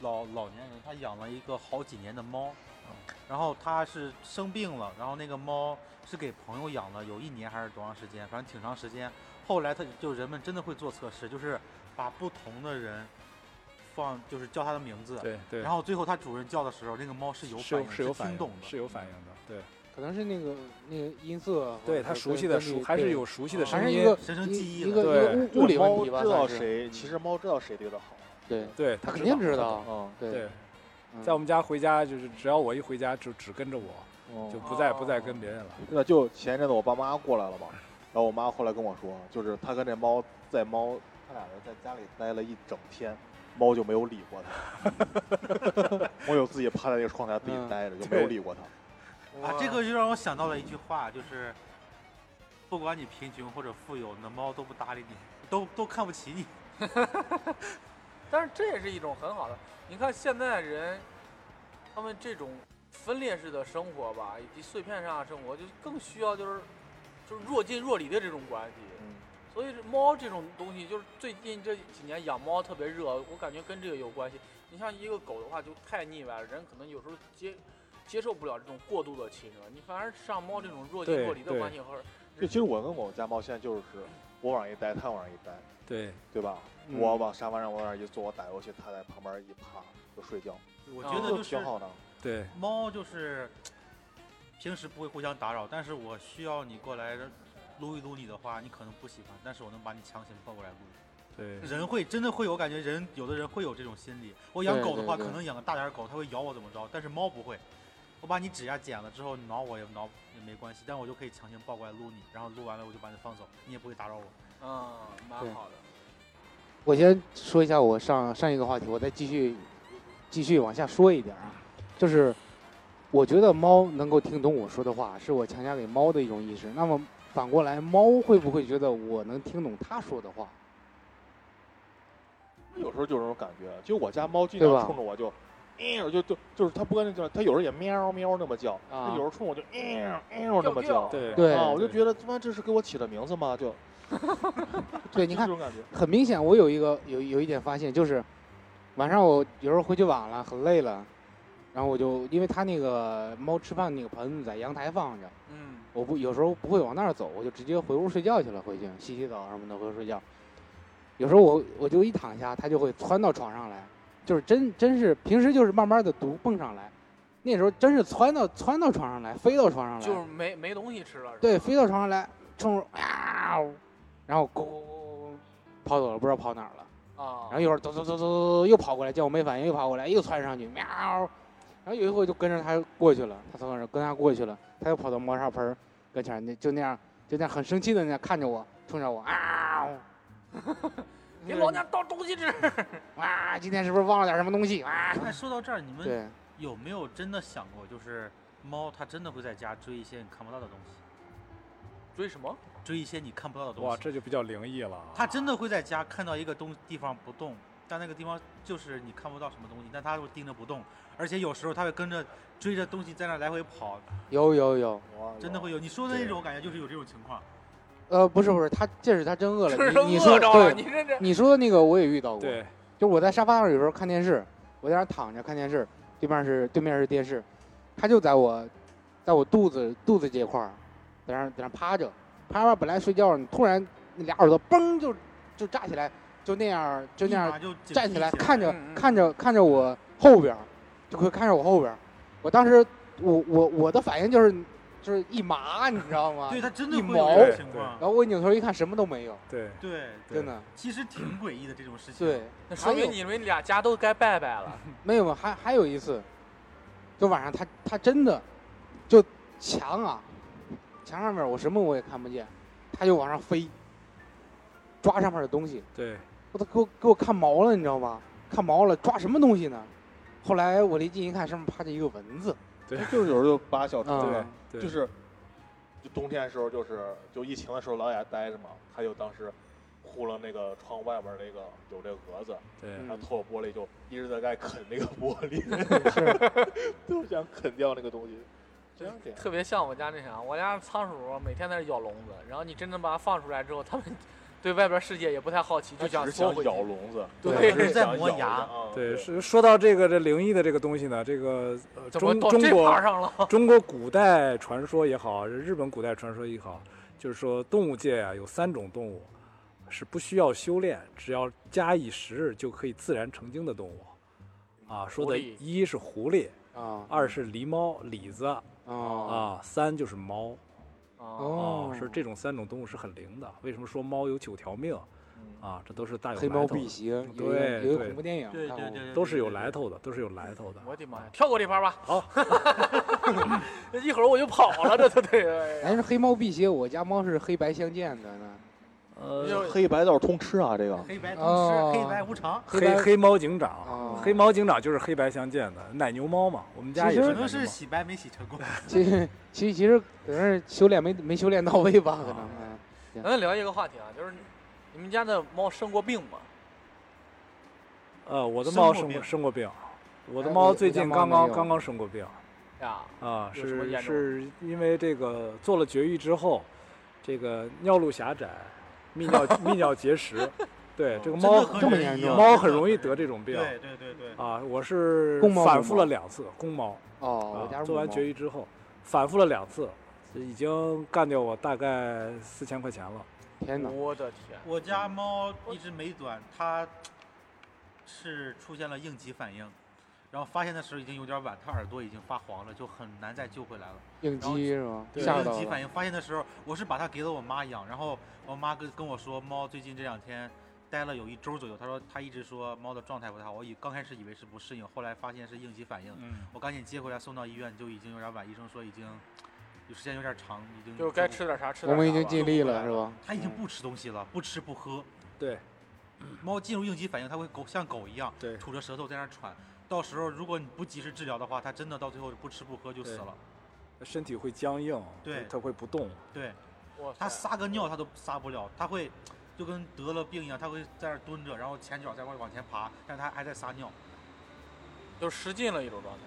D: 老老年人，他养了一个好几年的猫，
E: 嗯
D: 然后他是生病了，然后那个猫是给朋友养了有一年还是多长时间，反正挺长时间。后来他就人们真的会做测试，就是把不同的人放，就是叫他的名字，
E: 对对
D: 然，后最后他主人叫的时候，那个猫是有
E: 是
D: 反
E: 有
D: 应，
E: 是有反
D: 听
E: 应
D: 懂
E: 的
D: 的，
E: 是有反应的，对。
B: 可能是那个那个音色，
E: 对他熟悉的熟还是有熟悉的
B: 哦还
E: 声
B: 是一
E: 音，
B: 个
D: 神生记忆
B: 一
D: 了。
B: 个一
E: 对
B: 个物物理问
C: 猫
B: 题吧，
C: 知道
B: 算是
C: 谁，其实猫知道谁对它好。
B: 对，
E: 对
B: 他
E: 他
B: 肯定知道，
C: 嗯，
E: 对
B: 对，，嗯
E: 在我们家回家就是只要我一回家就只跟着我，就
C: 嗯
E: 不再不再跟别人了。
C: 真的就前一阵子我爸妈过来了嘛，然后我妈后来跟我说，就是她跟这猫在猫，他俩人在家里待了一整天，猫就没有理过它。猫就自己趴在那个窗台自己待着，就没有理过它。
D: 啊，这个就让我想到了一句话，就是不管你贫穷或者富有，那猫都不搭理你，都都看不起你。
A: 但是这也是一种很好的。你看现在人，他们这种分裂式的生活吧，以及碎片上的生活，就更需要就是就是若近若离的这种关系。
C: 嗯
A: 所以这猫这种东西，就是最近这几年养猫特别热，我感觉跟这个有关系。你像一个狗的话，就太腻歪了，人可能有时候接接受不了这种过度的亲热。你反而像猫这种若近
E: 对
A: 若离的
E: 对
A: 关系和
C: 就其实我跟我们家猫现在就是，我往上一待，它往上一待，
E: 对，
C: 对吧？
B: 嗯
C: 我往沙发上往那儿一坐，我打游戏，它在旁边一趴就睡觉，
D: 我
A: 啊
D: 觉得
C: 就
D: 就是
C: 挺好的。
E: 对，
D: 猫就是平时不会互相打扰，但是我需要你过来撸一撸你的话，你可能不喜欢，但是我能把你强行抱过来撸。
E: 对，
D: 人会真的会有，我感觉人有的人会有这种心理。我养
B: 对
D: 狗的话，
B: 对对
D: 可能养个大点儿狗，它会咬我怎么着，但是猫不会。我把你指甲剪了之后，你挠我也挠也没关系，但我就可以强行抱过来撸你，然后撸完了我就把你放走，你也不会打扰我。
A: 嗯蛮
B: 对
A: 好的。
B: 我先说一下我上上一个话题，我再继续继续往下说一点啊，就是我觉得猫能够听懂我说的话，是我强加给猫的一种意识。那么反过来，猫会不会觉得我能听懂它说的话？
C: 有时候就有这种感觉，就我家猫经
B: 对吧
C: 常冲着我就，嗯，就就就是它不跟那叫，它有时候也喵喵那么叫，
B: 啊
C: 它有时候冲我就嗯嗯那么叫，
E: 对
B: 对
C: 啊，我就觉得他妈这是给我起的名字吗？就
B: 对，你
C: 就
B: 看
C: 这，种感觉，
B: 很明显，我有一个有有一点发现，就是晚上我有时候回去晚了，很累了，然后我就因为它那个猫吃饭那个盆子在阳台放着，
A: 嗯，
B: 我不有时候不会往那儿走，我就直接回屋睡觉去了，回去洗洗澡什么的回屋睡觉。有时候我我就一躺下，它就会窜到床上来，就是真真是平时就是慢慢的独蹦上来，那时候真是窜到窜到床上来，飞到床上来，
A: 就是没没东西吃了，是吧
B: 嗯对，飞到床上来，冲着啊，然后咕咕咕咕咕跑走了，不知道跑哪儿了。
A: 啊，
B: 然后一会儿走走走走走，又跑过来，见我没反应，又跑过来，又窜上去，喵。然后有一回我就跟着他过去了，他从那跟他过去了，他又跑到磨砂盆儿跟前儿，那就那样，就那样很生气的那样看着我，冲着我啊，
A: <laughs> 给老娘倒东西吃。嗯
B: 哇，今天是不是忘了点什么东西啊？
D: 哎，说到这儿，你们
B: 对，
D: 有没有真的想过，就是猫它真的会在家追一些你看不到的东西，
A: 追什么？
D: 追一些你看不到的东
E: 哇，
D: 西？
E: 这就比较灵异了啊。
D: 它真的会在家看到一个东地方不动，但那个地方就是你看不到什么东西，但它会盯着不动，而且有时候它会跟着追着东西在那儿来回跑，
B: 有有有，
C: 哇
D: 真的会有。你说的那种感觉就是有这种情况。
B: 呃，不是不是，他这是他真饿
A: 这是
B: 了，你你
A: 饿
B: 说
A: 着了，
B: 对，
A: 你这这
B: 你说的那个我也遇到过，
E: 对，
B: 就我在沙发上有时候看电视，我在那儿躺着看电视，对面是对面是电视，他就在我，在我肚子肚子这块儿，在那儿在那儿趴着，趴着本来睡觉，你突然那俩耳朵嘣就就炸起来，就那样儿就那样
D: 立
B: 儿
D: 马就警惕
B: 站起来
D: 起来
B: 看着
A: 嗯嗯
B: 看着看着我后边儿，就会看着我后边儿，我当时我我我的反应就是就是一麻，你知道吗？
D: 对，它真的
B: 一
D: 会
B: 毛
D: 有这种情
E: 对
D: 况
B: 然。后我一扭头一看什么都没有，
E: 对，
D: 对，
E: 对
B: 真的
D: 其实挺诡异的这种事情。
B: 对，。
A: 那说明你们俩家都该拜拜了。
B: 没有，还还有一次，就晚上他他真的就墙啊，墙上面我什么我也看不见，他就往上飞，抓上面的东西，
E: 对，
B: 我都给我给我看毛了，你知道吗？看毛了，抓什么东西呢？后来我离近一看，上面趴着一个蚊子，
C: 哎就是有时候把小虫
B: 嗯
C: 子，
E: 哦对，
C: 就是就冬天的时候，就是就疫情的时候老在家待着嘛，他就当时糊了那个窗户外面那个有这个蛾子，
E: 对，
C: 他
B: 嗯
C: 透过玻璃就一直在在啃那个玻璃，
B: 是，
C: <laughs> 就想啃掉那个东西，真是这样。
A: 特别像我家那啥，我家仓鼠每天在那咬笼子，然后你真的把它放出来之后，它们对外边世界也不太好奇，就
C: 他只是
A: 缩
C: 想
A: 回去。
C: 咬笼子，
A: 对
C: 他只是
D: 在
C: 想
D: 磨
C: 咬
D: 牙
C: 一下，嗯
E: 对，是说到这个这灵异的这个东西呢，这个、呃、
A: 怎么
E: 中
A: 到
E: 中
A: 这
E: 国
A: 盘上了？啊
E: <laughs> 中国古代传说也好，日本古代传说也好，就是说动物界啊有三种动物是不需要修炼，只要加以时日就可以自然成精的动物。啊，说
A: 狐
E: 的
A: 狸
E: 一是狐狸，
B: 啊
E: 二是狸猫、李子
B: 啊
E: 啊，三就是猫
A: 哦，
E: 啊
B: 哦，，
E: 是这种三种动物是很灵的。为什么说猫有九条命
C: 嗯
E: 啊？这都是大有
B: 哦黑
E: 来
B: 猫
E: 头
B: 辟
E: 的，
B: 邪，有一个
E: 对
B: 有一个
E: 对
B: 恐怖电影，
D: 对
B: 看
D: 对
B: 过
D: 对，
E: 都是有
D: 对
E: 来。头的，都是有来头的。
A: 我的妈呀！跳过这盘吧。 <laughs>
E: 好，
A: 一会儿我就跑了，这都得。
B: 哎，是黑猫辟邪，我家猫是黑白相间的呢，
E: 呃，
C: 黑白道通吃啊，这个
D: 黑白同吃，黑
B: 哦
D: 白无常，
E: 黑
B: 白
E: 黑猫警长，
B: 啊，
E: 黑猫警长就是黑白相间的奶牛猫嘛，我们家
B: 其
E: 也
B: 实
D: 可
E: 是奶牛
D: 能是
E: 猫。
D: 洗白没洗成功。
B: 其实其实其实可能是修炼没没修炼到位吧，可能。嗯
A: 咱们聊一个话题啊，就是你们家的猫生过病吗？
E: 呃，我的
D: 生
E: 猫
D: 过
E: 生
D: 病
E: 过生过病，我的
B: 哎
E: 猫
B: 我
E: 最
B: 我家
E: 近
B: 猫
E: 刚
B: 没
E: 刚
B: 有
E: 刚刚生过病
A: 呀，
E: 啊，
A: 有什么
E: 是
A: 严重
E: 是因为这个做了绝育之后，这个尿路狭窄，泌尿泌尿结石，对这个
D: 真的
E: 猫
D: 很
B: 这么
D: 容易
B: 严
D: 得
B: 重
E: 猫
D: 真
E: 很
D: 的
E: 容易
D: 很
E: 得这种病
D: 对对对对，
E: 啊，我是
B: 公猫
E: 反
B: 母
E: 复了两次公猫
B: 哦，
E: 啊
B: 我家，
E: 做完绝
B: 育，
E: 育之后反复了两次，已经干掉我大概四千块钱了。
B: 天哪！
A: 我的天！
D: 我家猫一只美短，它是出现了应急反应，然后发现的时候已经有点晚，它耳朵已经发黄了，就很难再救回来了。
B: 应
D: 然后
B: 激是吗？
E: 对
B: 吓
D: 应
B: 到
D: 急反
B: 了。
D: 应发现的时候，我是把它给了我妈养，然后我妈跟跟我说，猫最近这两天待了有一周左右，她说她一直说猫的状态不太好，我以刚开始以为是不适应，后来发现是应急反应，
E: 嗯，
D: 我赶紧接回来送到医院，就已经有点晚，医生说已经有时间有点长，已经
A: 就是该吃点啥吃点啥吧。
B: 我们已经尽力了，是吧？嗯
D: 它已经不吃东西了，不吃不喝。
E: 嗯对，
D: <clears throat> 猫进入应急反应，它会狗像狗一样
E: 对
D: 吐着舌头在那儿喘。到时候如果你不及时治疗的话，它真的到最后不吃不喝就死
E: 对
D: 了。
E: 身体会僵硬，
D: 对
E: 它会不动。
D: 对，
A: 哇塞
E: 啊
D: 它撒个尿它都撒不了，它会就跟得了病一样，它会在那儿蹲着，然后前脚再往往前爬，但它还在撒尿。
A: 就失禁了一种状态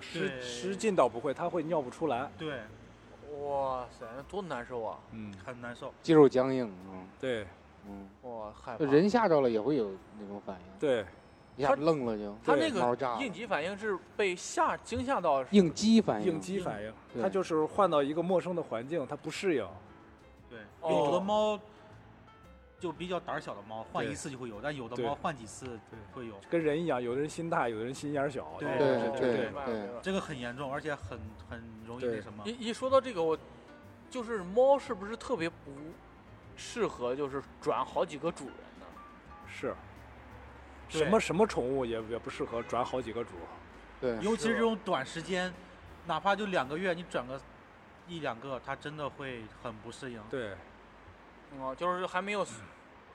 A: 是
E: 失
D: 对
E: 失禁倒不会，它会尿不出来。
D: 对，
A: 吧？哇塞，那多难受啊！
E: 嗯，
D: 很难受。
B: 肌肉僵硬，嗯
E: 对
B: 嗯，
A: 哇，害怕
B: 就。人吓着了也会有那种反应，
E: 对，
B: 一下愣了就。
A: 他
E: 对
A: 那
B: 猫
A: 个
B: 炸了
A: 应急反应是被吓惊吓到，
B: 应激
D: 哎
B: 反应，
E: 应激反应，
B: 对
E: 它就是换到一个陌生的环境，它不适应。
D: 对，
A: 哦
D: 有的猫就比较胆小的猫，换
E: 对
D: 一次就会有，但有的
E: 对
D: 猫换几次会有。
E: 跟人一样，有的人心大，有的人心眼儿小。
D: 对
E: 有的
B: 对
E: 人
A: 哦
B: 对
E: 是这
A: 明
E: 种
A: 白了明白了
D: 这个很严重，而且很很容易
E: 对
D: 那什么。
A: 一一说到这个，我就是猫是不是特别不适合，就是转好几个主人呢？
E: 是什么什么宠物也也不适合转好几个主。
B: 对，
D: 尤其是
A: 是
D: 这种短时间，哪怕就两个月，你转个一两个，它真的会很不适应。
E: 对，
A: 嗯，就是还没有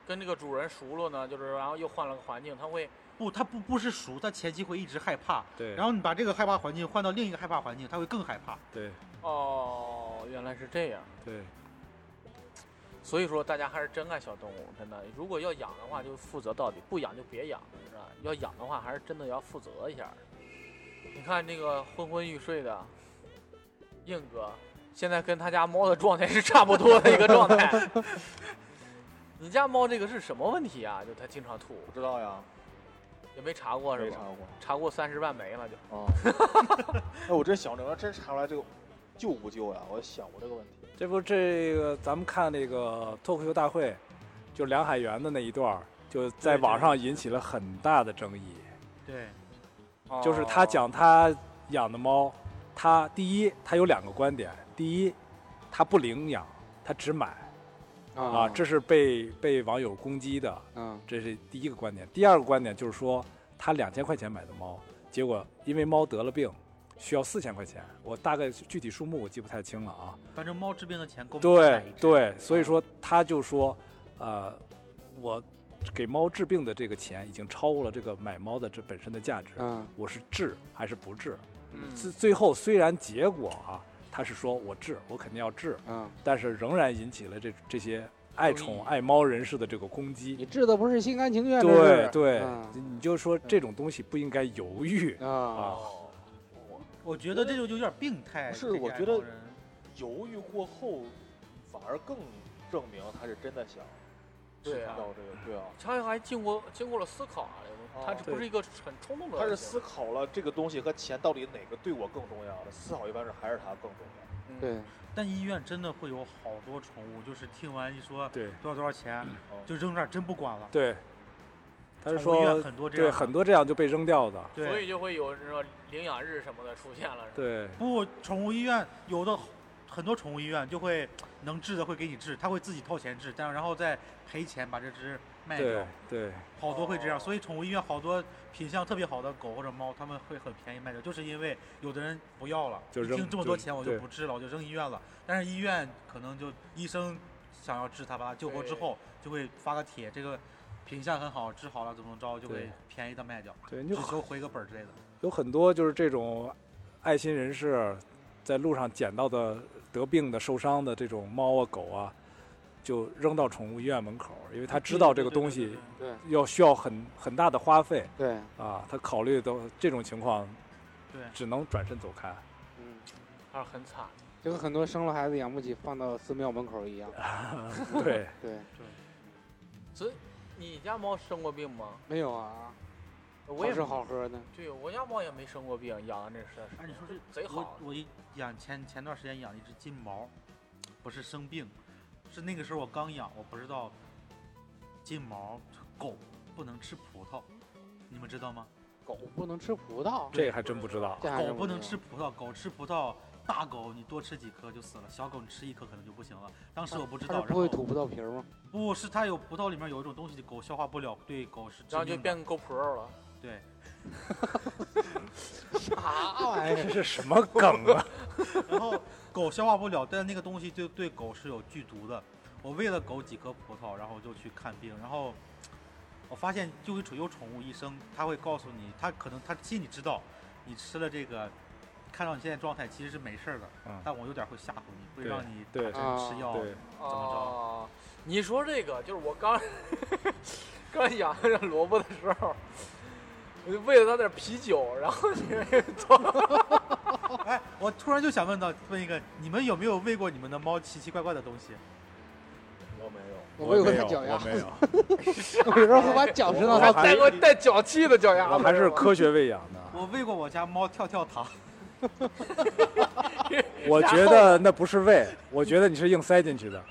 A: 跟这个主人熟络呢，就是然后又换了个环境，它会
D: 不，它不不是熟，它前期会一直害怕，
E: 对，
D: 然后你把这个害怕环境换到另一个害怕环境，它会更害怕。
E: 对
A: 哦，原来是这样。
E: 对，
A: 所以说大家还是真爱小动物，真的。如果要养的话，就负责到底；不养就别养，是吧？要养的话，还是真的要负责一下。你看这个昏昏欲睡的硬哥，现在跟他家猫的状态是差不多的一个状态。你家猫这个是什么问题啊？就它经常吐，
C: 不知道呀，
A: 也没查过是
C: 没
A: 吧
C: 查？过。
A: 查过三十万没了就。
C: 啊， <laughs> 哎，我真想着，我要真查出来这个救不救呀？我想过这个问题。
E: 这不这个咱们看那个脱口秀大会，就梁海源的那一段儿，就在
D: 对对哦
E: 网上引起了很大的争议。
D: 对，
E: 就是他讲他养的猫，他第一他有两个观点，第一，他不领养，他只买啊，这是被被网友攻击的，
B: 嗯
E: 这是第一个观点。第二个观点就是说，他两千块钱买的猫，结果因为猫得了病，需要四千块钱，我大概具体数目我记不太清了啊。
D: 反正猫治病的钱够不够买
E: 对
D: 一只
E: 对，所以说他就说，呃，我给猫治病的这个钱已经超过了这个买猫的这本身的价值，
B: 嗯
E: 我是治还是不治？
A: 嗯，
E: 最最后虽然结果啊，他是说我治，我肯定要治，
B: 嗯，
E: 但是仍然引起了这这些爱宠爱猫人士的这个攻击。
B: 你治的不是心甘情愿的事
E: 对
B: 儿，
E: 对，
B: 嗯
E: 你就说这种东西不应该犹豫。
B: 啊，
A: 哦，我
D: 我觉得这就有点病态。
C: 不是
D: 这些
C: 我
D: 爱
C: 觉得
D: 猫人
C: 犹豫过后，反而更证明他是真的想
A: 对啊
C: 要这个，对啊，
A: 他还经过经过了思考啊，这个他
C: 哦
A: 这不是一个很冲动的
C: 他
A: 行为，
C: 是思考了这个东西和钱到底哪个对我更重要的，思考一般是还是他更重要。
A: 嗯
B: 对，
D: 但医院真的会有好多宠物，就是听完一说
E: 对
D: 多少多少钱，
C: 哦
D: 就扔那儿真不管了。
E: 对，他是
D: 宠物医院
E: 说
D: 很多这
E: 对
D: 样的，
E: 很多这样就被扔掉的。
D: 对
A: 所以就会有什么领养日什么的出现了，是吧
E: 对
D: 不，宠物医院有的很多宠物医院就会能治的会给你治，他会自己掏钱治，但然后再赔钱把这只卖
E: 对
D: 掉，
E: 对
D: 好多会这样。
A: 哦
D: 所以宠物医院好多品相特别好的狗或者猫，他们会很便宜卖掉，就是因为有的人不要了，
E: 就
D: 一
E: 扔
D: 听这么
E: 就
D: 多钱我就
E: 对
D: 不治了，我就扔医院了。但是医院可能就医生想要治它，把它救活之
A: 对
D: 后，就会发个帖，这个品相很好，治好了怎么着就
E: 对
D: 会便宜的卖掉，
E: 对，你
D: 只
E: 就
D: 求回个本儿之类的。
E: 有很多就是这种爱心人士在路上捡到的得病的、受伤的这种猫啊、狗啊，就扔到宠物医院门口，因为他知道这个
D: 对
E: 东
D: 对
E: 西
D: 对对
B: 对
E: 要需要很很大的花费
B: 对，
E: 啊，他考虑到这种情况，
D: 对
E: 只能转身走 <laughs> 开。
B: 嗯，
A: 还啊是很惨。
B: 就跟很多生了孩子养不起，放到寺庙门口一样，
E: 对，
B: 对，
A: 所以你家猫生过病吗？
B: 没有啊，
A: 我
B: 好
A: 也
B: 吃
A: 没
B: 好。喝的，
A: 对，我家猫也没生过病，养的这是。
D: 哎，你说这
A: 贼好
D: 我我一养前前段时间养了一只金毛，不是生病，是那个时候我刚养，我不知道金毛狗不能吃葡萄，你们知道吗？
B: 狗不能吃葡萄，
E: 这个还真不知道。
B: 这还
D: 狗
B: 真
D: 哦不能
B: 哎知
D: 吃葡萄，狗吃葡萄，大狗你多吃几颗就死了，小狗你吃一颗可能就不行了。当时我不知
B: 道，它
D: 道，
B: 是
D: 然
B: 不会
D: 后
B: 吐葡萄皮儿吗？
D: 不是它有葡萄里面有一种东西，狗消化不了，对狗是致
A: 然后就
D: 命的
A: 变个 GoPro 了。
D: 对。
B: 啥玩意
E: 这是什么梗 <laughs> 啊？
D: 然后狗消化不了，但那个东西就对狗是有剧毒的。我喂了狗几颗葡萄，然后我就去看病，然后我发现就会有宠物医生，他会告诉你，他可能他心里知道你吃了这个，看到你现在状态其实是没事儿的，
E: 嗯
D: 但我有点会吓唬你，会
E: 对
D: 让你
E: 对
D: 打针吃药。
E: 对，
D: 么着啊
A: 哦，你说这个就是我刚刚养这萝卜的时候，我就喂了它点啤酒，然后你
D: 哎，我突然就想问到问一个，你们有没有喂过你们的猫奇奇怪怪的东西？
C: 我没有，
B: 我喂过
E: 没
B: 它
E: 有，
B: 脚
E: 我
B: 丫， <laughs>
E: 没有，
B: 有时候会把脚伸到
E: 我
B: 它
E: 还
A: 带给我带脚气的脚丫
E: 我
A: 子，
E: 还是
A: 吧
E: 科学喂养的。 <laughs>
D: 我喂过我家猫跳跳糖， <laughs>
E: 我觉得那不是喂，我觉得你是硬塞进去的。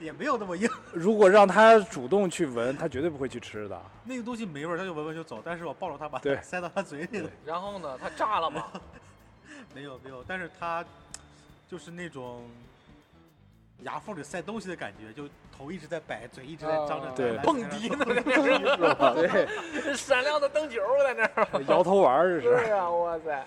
D: 也没有那么硬，
E: 如果让它主动去闻，它绝对不会去吃 <laughs> 的。
D: 那个东西没味儿，它就闻闻就走。但是我抱着它把它
E: 对
D: 塞到它嘴里了。
A: 然后呢，它炸了嘛？
D: 没有没有，但是它就是那种牙缝里塞东西的感觉，就头一直在摆，嘴一直在张着，
B: 哦
E: 对
A: 蹦迪呢，在那 <laughs>
C: 是吧？
E: 对，
A: 儿闪亮的灯球儿在那儿。
E: 摇头丸儿这 <laughs> 是。
A: 对啊，哇塞，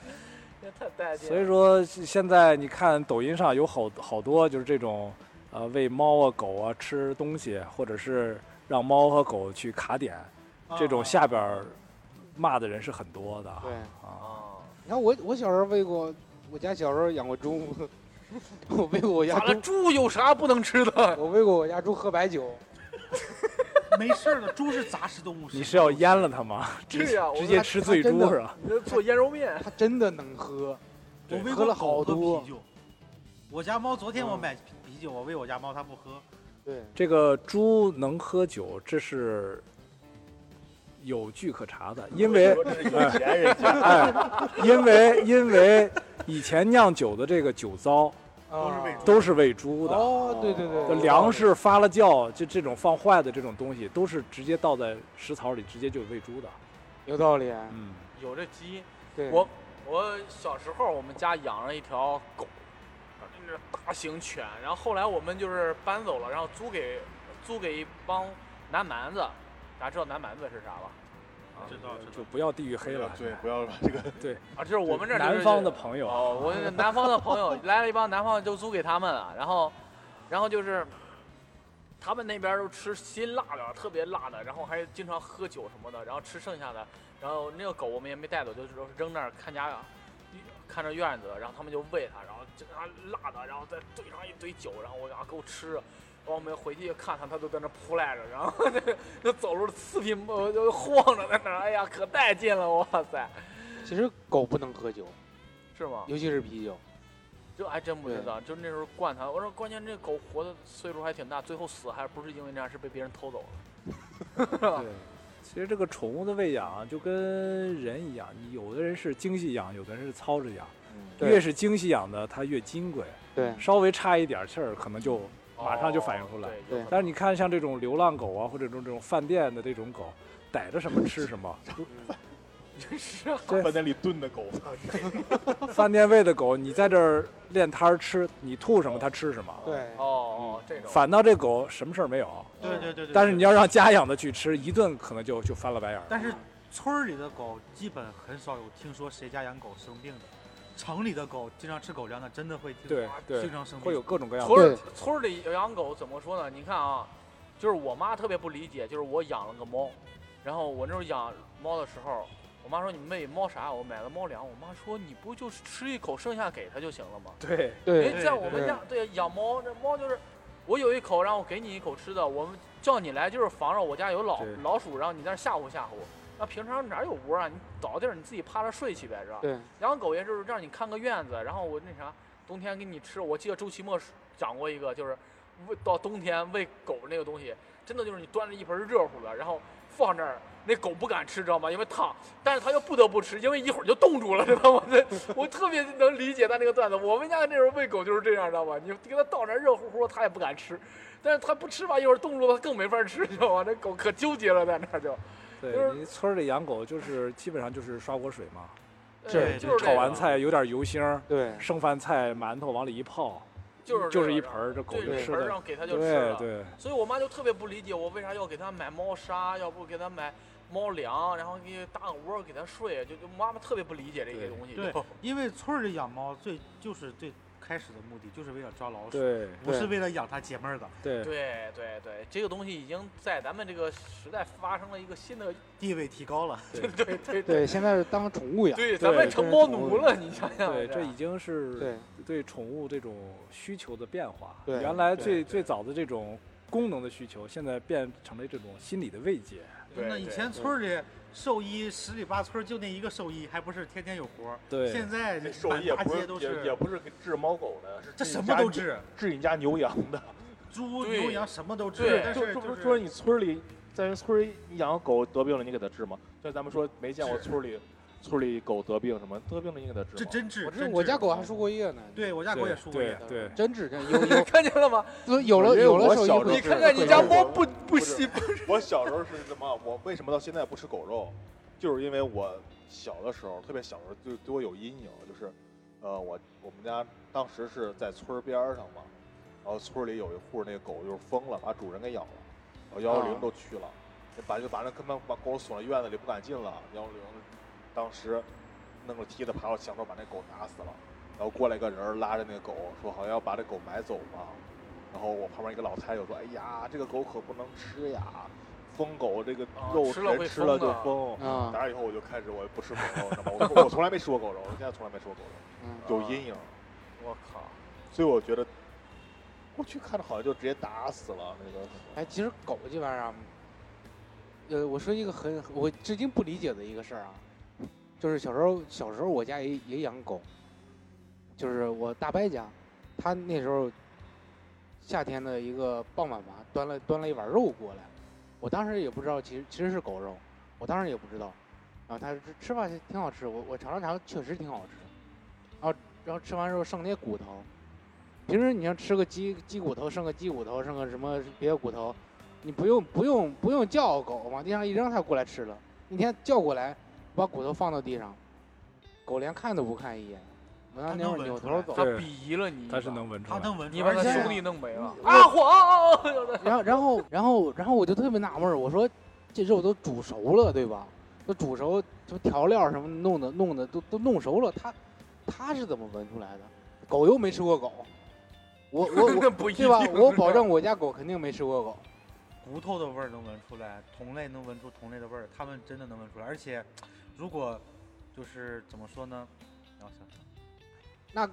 A: 这太带劲了。
E: 所以说现在你看抖音上有好好多就是这种，呃，喂猫啊狗啊吃东西，或者是让猫和狗去卡点，
D: 啊
E: 这种下边儿骂的人是很多的啊。
B: 对，
E: 啊，
A: 啊，
B: 你看我我小时候喂过，我家小时候养过猪， <laughs> 我喂过我家
A: 咋了？
B: 猪，
A: 猪有啥不能吃的？
B: 我喂过我家猪喝白酒，
D: 啊没事儿的，猪是杂食动物。
E: 你是要
D: 吧
E: 腌了
A: <laughs>
E: 它吗？ <laughs> 直
A: 对啊呀，我
E: 直
A: 们
E: 接吃醉
B: 它真的
E: 猪是吧？
A: 你这做腌肉面，
B: 它真的能喝。
D: 我
E: 对
D: 喂
B: 喝
D: 过
B: 了
D: 狗
B: 好
D: 喝
E: 啊
B: 多
D: 啤酒。我家猫昨天我
B: 嗯
D: 买啤啤酒，我喂我家猫，它不喝。
E: 啊
B: 对，
E: 这个猪能喝酒，这是有据可查的，因为
C: 我说这是有钱人家，
E: 哎， <laughs> 因为因为以前酿酒的这个酒糟
D: 都是喂
B: 啊
D: 猪
E: 都是喂猪的，
B: 哦，对对
E: 就
B: 对，
E: 粮食发了酵，就这种放坏的这种东西，都是直接倒在食槽里，直接就喂猪的。
B: 有道理。啊
E: 嗯，
A: <laughs> 有这基因。
B: 对，
A: 我我小时候我们家养了一条狗，那是大型犬，然后后来我们就是搬走了，然后租给租给一帮南蛮子，大家知道南蛮子是啥吧？
D: 知道知道
E: 就不要地域黑了。
C: 对，不要把这个
A: 啊，就是我们这儿就是
E: 南方的朋友，
A: 哦，我那南方的朋友来了一帮南方的就租给他们了，然后，然后就是，他们那边儿都吃辛辣的，特别辣的，然后还经常喝酒什么的，然后吃剩下的，然后那个狗我们也没带走，就是说扔那儿看家，看着院子，然后他们就喂它，然后这它辣的，然后再兑上一堆酒，然后我啊给我吃，然后我们回去看它，它都在那扑赖着，然后那那走路刺屁呃就晃着在那儿，哎呀可带劲了，哇塞，
B: 其实狗不能喝酒，
A: 是吗？
B: 尤其是啤酒。
A: 这还真不知
B: 对
A: 道，就那时候惯它。我说，关键这狗活的岁数还挺大，最后死还不是因为那样，是被别人偷走了。
E: 对，其实这个宠物的喂养啊就跟人一样，你有的人是精细养，有的人是操着养。
C: 嗯
B: 对嗯
E: 越是精细养的，它越金贵，
B: 对，
E: 稍微差一点气儿，可能就。马上就反应出来
A: 哦
B: 对
E: 但是你看，像这种流浪狗啊，或者这种这种饭店的这种狗，逮着什么吃什么。
B: 嗯
A: 真是 <laughs> 啊
E: 对
C: 饭店里炖的狗，
E: 饭店喂的狗，你在这儿练摊儿吃，你吐什么它吃什么。
B: 对，
A: 哦哦，这种
E: 反倒这狗什么事儿没有，
D: 对对对对。
E: 啊但是你
D: 要，
E: 要让家养的去吃，一顿可能就就翻了白眼儿了。
D: 但是村儿里的狗基本很少有听说谁家养狗生病的，城里的狗经常吃狗粮的，真的会听
E: 对
D: 哇
E: 对
D: 经常生病。
E: 会有各种各样的
A: 村
E: 问
A: 儿
E: 题。
A: 村儿里养狗怎么说呢？你看啊，就是我妈特别不理解，就是我养了个猫，然后我那时候养猫的时候，我妈说你喂猫啥？我买了猫粮，我妈说你不就是吃一口剩下给它就行了吗？
E: 对，
A: 哎
B: 对，
A: 在我们家对养猫，这猫就是我有一口，然后我给你一口吃的，我们叫你来就是防着我家有老
E: 对
A: 老鼠，然后你在那吓唬吓唬。那平常哪有窝啊？你找地儿你自己趴着睡去呗，是吧？
B: 对，
A: 养狗也是让你看个院子，然后我那啥，冬天给你吃。我记得周奇墨是讲过一个，就是喂到冬天喂狗那个东西，真的就是你端着一盆热乎的，然后放那儿，那狗不敢吃，知道吗？因为烫，但是它又不得不吃，因为一会儿就冻住了，知道吗？ <laughs> 这我特别能理解他那个段子。我们家那时候喂狗就是这样，知道吧？你给它倒点热乎乎，它也不敢吃，但是它不吃吧，一会儿冻住了，它更没法吃，知道吗？那狗可纠结了，在那儿就，就是
E: 对你村儿里养狗就是基本上就是刷锅水嘛，
B: 是
A: 哎就是
E: 炒完
A: 这个
E: 菜有点油腥儿，
B: 对，
E: 剩饭菜馒头往里一泡，
A: 就是
E: 就是
A: 这
E: 一
A: 个
E: 盆儿，这狗
A: 对，
E: 就
A: 一
E: 吃
A: 盆儿，
E: 的
A: 然。后给它就吃
E: 对
A: 了。
E: 对，
A: 所以我妈就特别不理解我为啥要给它买猫砂，要不给它买猫粮，然后给搭个窝给它睡，就就妈妈特别不理解这些
E: 对
A: 东西。
D: 对，因为村儿里养猫最就是最开始的目的就是为了抓老鼠，
E: 对
D: 不是为了养它解闷儿的。
E: 对
A: 对对对，这个东西已经在咱们这个时代发生了一个新的，
D: 地位提高了，
A: 对对对
B: 对，现在是当宠物养。
A: 对，咱们成猫奴了，你想想，
E: 对，这已
A: 已
E: 经是
B: 对
E: 对宠物这种需求的变化。
B: 对
E: 原来
C: 对
E: 最
C: 对
E: 最早的这种功能的需求，现在变成了这种心理的慰藉。
A: 对
D: 那以
A: 对
D: 前村儿里兽医十里八村儿就那一个兽医，还不是天天有活儿。
E: 对
D: 现在
C: 这
D: 这
C: 兽
D: 满
C: 医也
D: 大
C: 不
D: 街
C: 是
D: 都
C: 也也
D: 是，
C: 不是给治猫狗的，是
D: 这
C: 治
D: 什
C: 你
D: 么
C: 家
D: 都
C: 牛，
D: 治，
C: 治你家牛羊的。
D: 猪
A: 对
D: 牛羊什么都
A: 对
D: 治。但
C: 就是这不
D: 就是
C: 说你村儿里在人村儿里你养狗得病了，你给它治吗？就咱们说没见过
A: 治
C: 村儿里村儿里狗得病什么得病了，你给它治
D: 这
C: 吗？
D: 真治，
B: 我这
D: 真
B: 我
D: 治
B: 家狗还输过液呢。
D: 对我家狗也输过
E: 对
D: 液，
E: 对，
B: 真指着有有
A: 看见了吗？
B: 有有了
C: 我觉得
B: 有了
C: 我
B: 手艺
C: 小
B: 会
C: 时候
A: 你
C: 是
A: 看看
C: 会
A: 你
B: 啊
A: 家
C: 有
A: 猫不不
C: 不是
A: 吸，
C: <laughs> 我小时候是什么？我为什么到现在不吃狗肉？就是因为我小的时候，特别小的时候，对对我有阴影，就是，呃，我我们家当时是在村儿边儿上嘛，然后村里有一户那个狗就是疯了，把主人给咬了，然后幺幺零都去了，把就把那根本把狗锁在院子里不敢进了。幺幺零当时弄个梯子爬到墙头把那狗打死了，然后过来一个人儿拉着那个狗说好像要把这狗买走嘛。然后我旁边一个老太太就说：“哎呀，这个狗可不能吃呀，疯狗这个
A: 啊
C: 肉
A: 吃了
C: 谁
A: 会
C: 吃了
A: 疯
C: 就
A: 的
C: 疯。嗯
B: 啊
C: 打那以后我就开始我不吃狗肉，知道吗？
A: <laughs>
C: 我我从来没吃过狗肉，我现在从来没吃过狗肉，
B: 嗯
A: 啊
C: 有阴影。
A: 我靠，
C: 所以我觉得过去看着好像就直接打死了那个什么。
B: 哎，其实狗这玩意儿啊，呃，我说一个很我至今不理解的一个事儿啊，就是小时候小时候我家也也养狗，就是我大伯家，他那时候夏天的一个傍晚吧，端了端了一碗肉过来，我当时也不知道，其实其实是狗肉，我当时也不知道，然后他说吃吃吧，挺好吃，我我尝了尝，确实挺好吃，然后然后吃完之后剩那些骨头。平时你像吃个鸡鸡骨头，剩个鸡骨头，剩个什么别的骨头，你不用不用不用叫狗，往地上一扔，它过来吃了。那天叫过来，把骨头放到地上，狗连看都不看一眼。我
D: 它
B: 当
D: 能
B: 年
D: 闻
B: 扭
D: 出
B: 头
D: 来
B: 走，
A: 他
E: 对
A: 鄙夷了你一把，
E: 它是能闻出
D: 他
E: 来。
D: 能闻出
A: 你
D: 来，
A: 把他
B: 而且
A: 兄弟弄没了
B: 我
A: 啊！火哦哦哦
B: 然后然后然后然后我就特别纳闷儿，我说这肉都煮熟了，对吧？都煮熟，什么调料什么弄的弄的都都弄熟了，它它是怎么闻出来的？狗又没吃过狗，我我
E: <laughs>
B: 我
A: 那不一
B: 对吧？
A: 定
B: 我
A: 是
B: 保证我家狗肯定没吃过狗。
D: 骨头的味儿能闻出来，同类能闻出同类的味儿，它们真的能闻出来。而且，如果就是怎么说呢？让我想想，
B: 那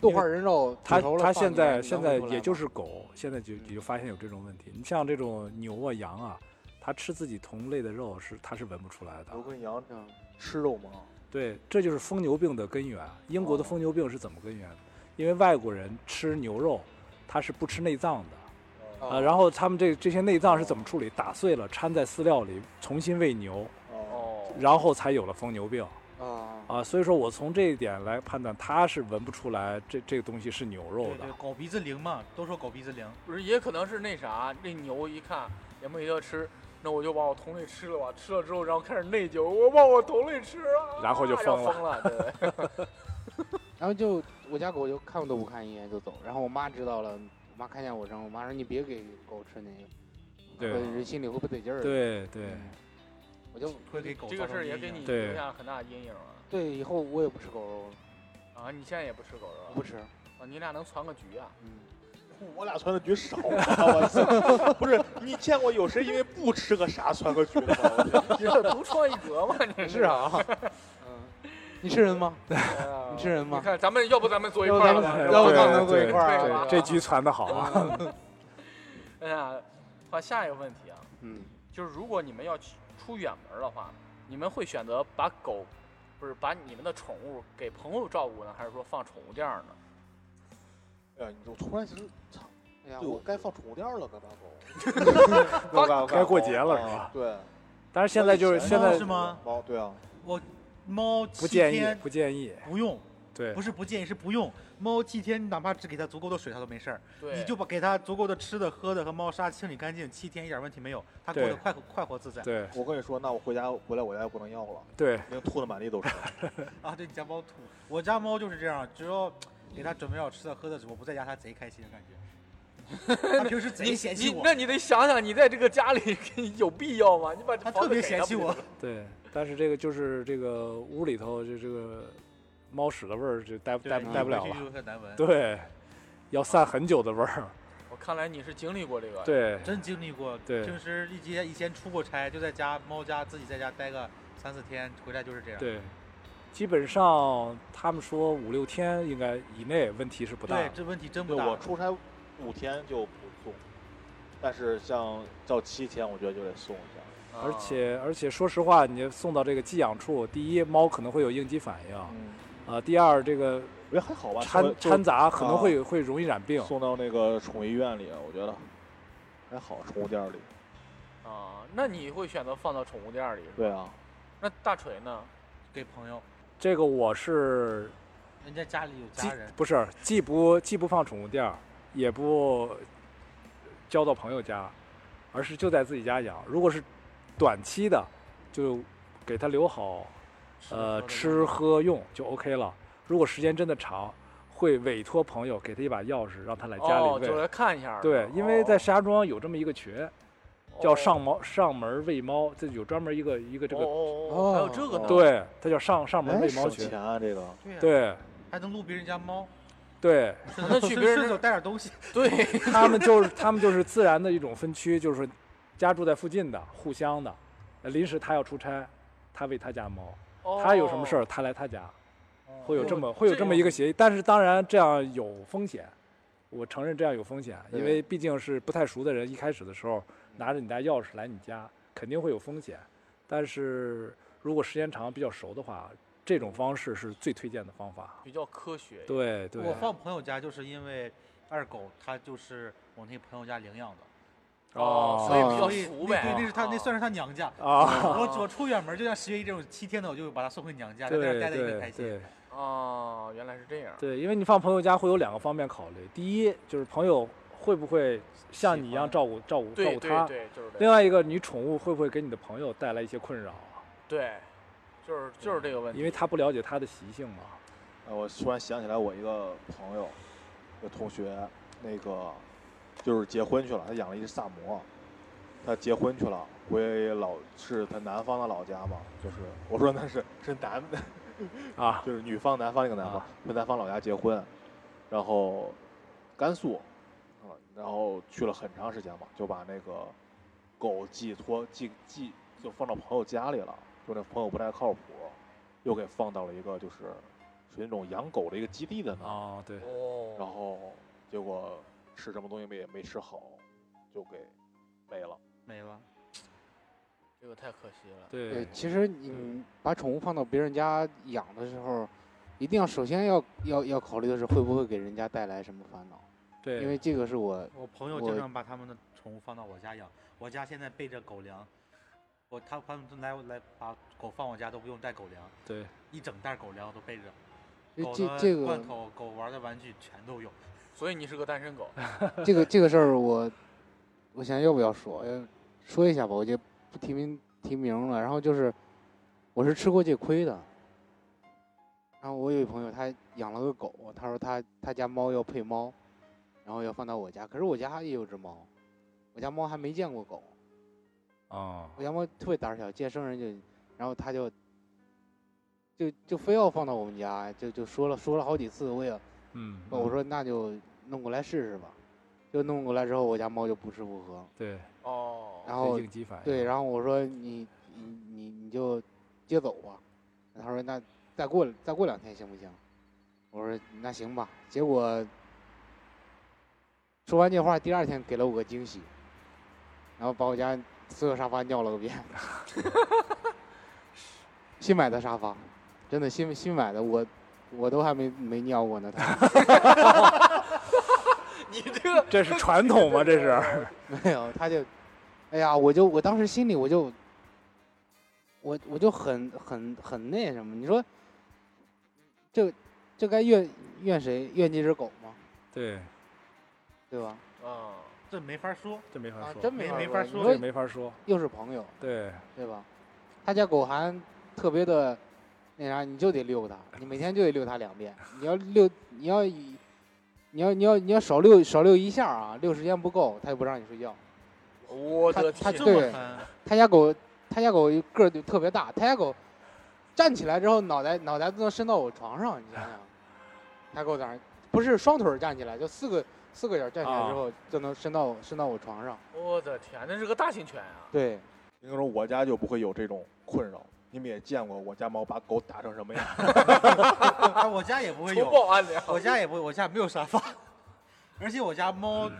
B: 豆花人肉
E: 它
B: 煮熟了
E: 它
B: 放
E: 现
B: 进来
E: 在
B: 你能
E: 现
B: 闻
E: 在
B: 出来
E: 也
B: 吗嗯
E: 就是狗，现在就也就发现有这种问题。你像这种牛啊、羊啊，它吃自己同类的肉是它是闻不出来的
C: 牛。跟羊
B: 嗯
C: 吃肉吗？
E: 对，这就是疯牛病的根源。英
B: 哦
E: 国的疯牛病是怎么根源的？因为外国人吃牛肉，他是不吃内脏的啊、
C: 嗯
B: 哦
E: 然后他们这这些内脏是怎么处理？打碎了掺在饲料里，重新喂牛，
C: 哦，
A: 哦，
E: 然后才有了疯牛病
B: 啊
E: 啊。所以说我从这一点来判断，他是闻不出来这这个东西是牛肉
D: 对
E: 的
D: 对，。狗鼻子灵嘛，都说狗鼻子灵，
A: 不是，也可能是那啥，那牛一看也没得吃，那我就把我同类吃了吧，吃了之后，然后开始内疚，我把我同类吃了，
E: 然后就疯了
A: 疯了，
B: <laughs>
A: 对，
B: 然后就我家狗就看都不看一眼就走，然后我妈知道了，我妈看见我扔，我妈说你别给狗吃那个，
E: 对
B: 会人心里会不得劲儿的。
E: 对对，
B: 嗯我就
D: 会给狗
A: 这个
D: 造
A: 事儿
D: 成
A: 也
D: 阴
A: 给
D: 影
A: 你
E: 对
A: 留下很大的阴影了
B: 对以后我也不吃狗肉了，
A: 啊！你现在也不吃狗肉
B: 我
A: 了，
B: 不吃。
A: 啊，你俩能攒个局啊？ <laughs>
B: 嗯，
C: 我俩窜的局少啊！我操，不是你见过有谁因为不吃个啥窜个局的吗？我天
A: 你这独创一格嘛？你
B: 是，啊。嗯，你吃人吗？
A: 哎呀
B: 你吃人吗
A: 你看，咱们要不咱们坐一
B: 要不
A: 块儿
B: 咱
A: 吧
B: 们
A: 是
B: 要不
A: 吧
B: 咱们坐
E: 对
B: 一块儿
A: 对
B: 啊
A: 吧
E: 这局传的好
D: 嗯
E: 啊！
A: 哎呀，换下一个问题啊，
B: 嗯，
A: 就是如果你们要去出远门儿的话，你们会选择把狗，不是把你们的宠物给朋友照顾呢，还是说放宠物店儿呢？
C: 哎呀，你我突然其实，操，
B: 哎呀，
C: 对我
B: 我
C: 该放宠物店了，该 <laughs> 把
A: 放
C: 狗，
E: 该过节了是吧
C: 啊对，
E: 但是现在就是
C: 以前
E: 现在
D: 是吗？
C: 猫对啊，
D: 猫
E: 不
D: 七
E: 建议
D: 天
E: 不建议，
D: 不用，
E: 对
D: 不，是不建议，是不用。猫七天，你哪怕只给它足够的水，它都没事儿。
A: 对，
D: 你就把给它足够的吃的、喝的和猫砂清理干净，七天一点问题没有，它过
E: 对
D: 得快快活自在。
E: 对
C: 我跟你说，那我回家回来我家就不能要了，
E: 对
C: 已经吐的满地都是。
D: <laughs> 啊，对你家猫吐，我家猫就是这样，只要给它准备好吃的喝的，我不在家它贼开心的感觉。
A: <laughs>
D: 它平时贼
A: 你
D: 嫌弃
A: 你
D: 我，
A: 那你得想想，你在这个家里 <laughs> 有必要吗？你把
D: 它
A: 它
D: 特别嫌弃我。
E: 对，但是这个就是这个屋里头这这个猫屎的味儿就待
D: 对
E: 待
D: 你
E: 待不了
D: 回去
E: 了，
D: 就很难闻。
E: 对，要散很久的味儿，
A: 我看来你是经历过这个，，
E: 对
D: 真经历过。
E: 对
D: 平时以前以前出过差，就在家猫家自己在家待个三四天，回来就是这样。
E: 对，基本上他们说五六天应该以内问题是不大
D: 对，
E: 的，
D: 这问题真不
C: 对
D: 大。
C: 我出差五天就不送，但是像到七天，我觉得就得送一下。
E: 而且而且说实话，你送到这个寄养处，第一猫可能会有应激反应，啊、
C: 嗯，
E: 第二这个
C: 我觉得还好吧，
E: 掺
C: 就
E: 掺杂可能
C: 啊
E: 会会容易染病，
C: 送到那个宠物医院里，我觉得还好，宠物店里。
A: 啊，那你会选择放到宠物店儿里？
C: 对啊，
A: 那大锤呢？
D: 给朋友，
E: 这个我是
D: 人家家里有
E: 既
D: 家人，
E: 不是既不既不放宠物店儿，也不交到朋友家，而是就在自己家养。如果是短期的，就给它留好，呃，
D: 的
E: 吃
D: 东西
E: 喝用就 OK 了。如果时间真的长，会委托朋友给他一把钥匙，让他来家
A: 哦，
E: 里
A: 就
E: 喂。
A: 来看一下儿是吧。
E: 对，因为在
A: 哦
E: 石家庄有这么一个群，叫
A: 哦
E: 上猫上门喂猫，这有专门一个一个这个，
A: 哦哦哦，还有这个呢。
E: 对，它叫上上门
C: 哎，
E: 喂猫
C: 省
E: 群。
C: 钱啊，这个
D: 对呀，
E: 对
D: 还能录别人家
E: <laughs>
D: 猫，
E: 对，
D: 顺
A: 那
D: 手
A: 去
D: 顺
A: 别人
D: 顺
A: 那
D: 手带点东西，
A: <laughs> 对，
E: 他们就是他们就是自然的一种分区，就是家住在附近的，互相的。呃临时他要出差，他喂他家猫，他有什
A: 哦
E: 么事儿他来他家， <laughs> 会有这么会有这么一个协议。但是当然这样有风险，我承认这样有风险，因为毕竟是不太熟的人，一开始的时候拿着你家钥匙来你家，肯定会有风险。但是如果时间长比较熟的话，这种方式是最推荐的方法。
A: 比较科学。
E: 对对，啊
D: 我放朋友家就是因为二狗他就是我那朋友家领养的，
A: 哦，
E: 哦
A: 所以比较
D: 所以
A: 熟
D: 那
A: 呗。
D: 对，那是他那
A: 啊
D: 算是他娘家。
E: 啊，
A: <laughs>
E: <laughs>
D: 我我出远门就像十月一这种七天的，我就把他送回娘家，在那儿待的也很开
E: 对
D: 心。
E: 对。
A: 哦，原来是这样。
E: 对，因为你放朋友家会有两个方面考虑，第一就是朋友会不会像你一
D: 喜欢
E: 样照顾照顾照
A: 对
E: 顾
A: 对
E: 他，
A: 对，就是这
E: 另
A: 样。
E: 外一个你宠物会不会给你的朋友带来一些困扰啊，
A: 对，就是就是这个问题。
E: 因为他不了解他的习性嘛。
C: 呃，我突然想起来，我一个朋友，一个同学，那个就是结婚去了，他养了一只萨摩，他结婚去了，回老是他南方的老家嘛，就是我说那是是南，
E: 啊，
C: 就是女方南方那个南方
E: 啊，
C: 回南方老家结婚，然后甘肃，啊、然后去了很长时间嘛，就把那个狗寄托寄寄就放到朋友家里了，就那朋友不太靠谱，又给放到了一个就是属于那种养狗的一个基地的那儿，
E: 哦，对，
A: 哦，
C: 然后结果吃什么东西没也没吃好，就给没了。
D: 没了，
A: 这个太可惜了。
B: 对
E: 对，，
B: 其实你把宠物放到别人家养的时候，一定要首先要要要考虑的是会不会给人家带来什么烦恼，
E: 对，
B: 因为这个是我
D: 我朋友经常把他们的宠物放到我家养，我家现在备着狗粮，我他他们来来把狗放我家都不用带狗粮，
E: 对，
D: 一整袋狗粮都备着，
B: 因为
D: 狗
B: 这
D: 的
B: 这个
D: 罐头、狗玩的玩具全都有。
A: 所以你是个单身狗。
B: 这个这个事儿我我想要不要说，要说一下吧，我就不提名提名了。然后就是我是吃过这亏的。然后我有一朋友，他养了个狗，他说他他家猫要配猫，然后要放到我家，可是我家也有只猫，我家猫还没见过狗，
E: 啊，
B: 我家猫特别胆小，见生人就，然后它就，就就非要放到我们家，就就说了说了好几次，我也
E: 嗯，
B: 我说那就弄过来试试吧，就弄过来之后，我家猫就不吃不喝，
E: 对，
A: 哦，
B: 然后
E: 应激反应，
B: 对，然后我说你你你你就接走吧，他说那再过再过两天行不行？我说那行吧，结果说完这话，第二天给了我个惊喜，然后把我家所有沙发尿了个遍，新买的沙发，真的新新买的，我我都还没没尿过呢，他
A: <laughs> 你这
E: <laughs>
A: 个
E: 这是传统吗？
B: <laughs>
E: 这是，
B: 没有，他就，哎呀，我就我当时心里我就，我我就很很很那什么，你说，这这该怨怨谁？怨这只狗吗？
E: 对，
B: 对吧？
A: <laughs> 嗯，
D: 这没法说，
E: 这没法
B: 啊，
E: 说，
B: 真
D: 没
B: 法
D: 没
B: 说
D: 法
B: 你
D: 说
E: 这
B: 说
E: 没法说，
B: 又是朋友，
E: 对，
B: 对吧？他家狗还特别的那啥，你就得遛它，你每天就得遛它两遍。你要遛，你要以你要你要你要少遛少遛一下啊，遛时间不够，它也不让你睡觉。
A: 我的
B: 他他
A: 天
D: 这
B: 对
D: 么狠，
B: 他家狗，他家狗个儿就特别大，他家狗站起来之后，脑袋脑袋都能伸到我床上，你想想，他狗在那儿不是双腿儿站起来，就四个四个脚站起来之后，就能伸到我伸到我床上。
A: 我的天，那是个大型犬啊！
B: 对，
C: 应该说我家就不会有这种困扰。你们也见过我家猫把狗打成什么样，
D: 啊，我家也不
A: <laughs>
D: 会
A: 除
D: 有，
A: 暴安良。
D: 我家也不会，我家没有沙发，而且我家猫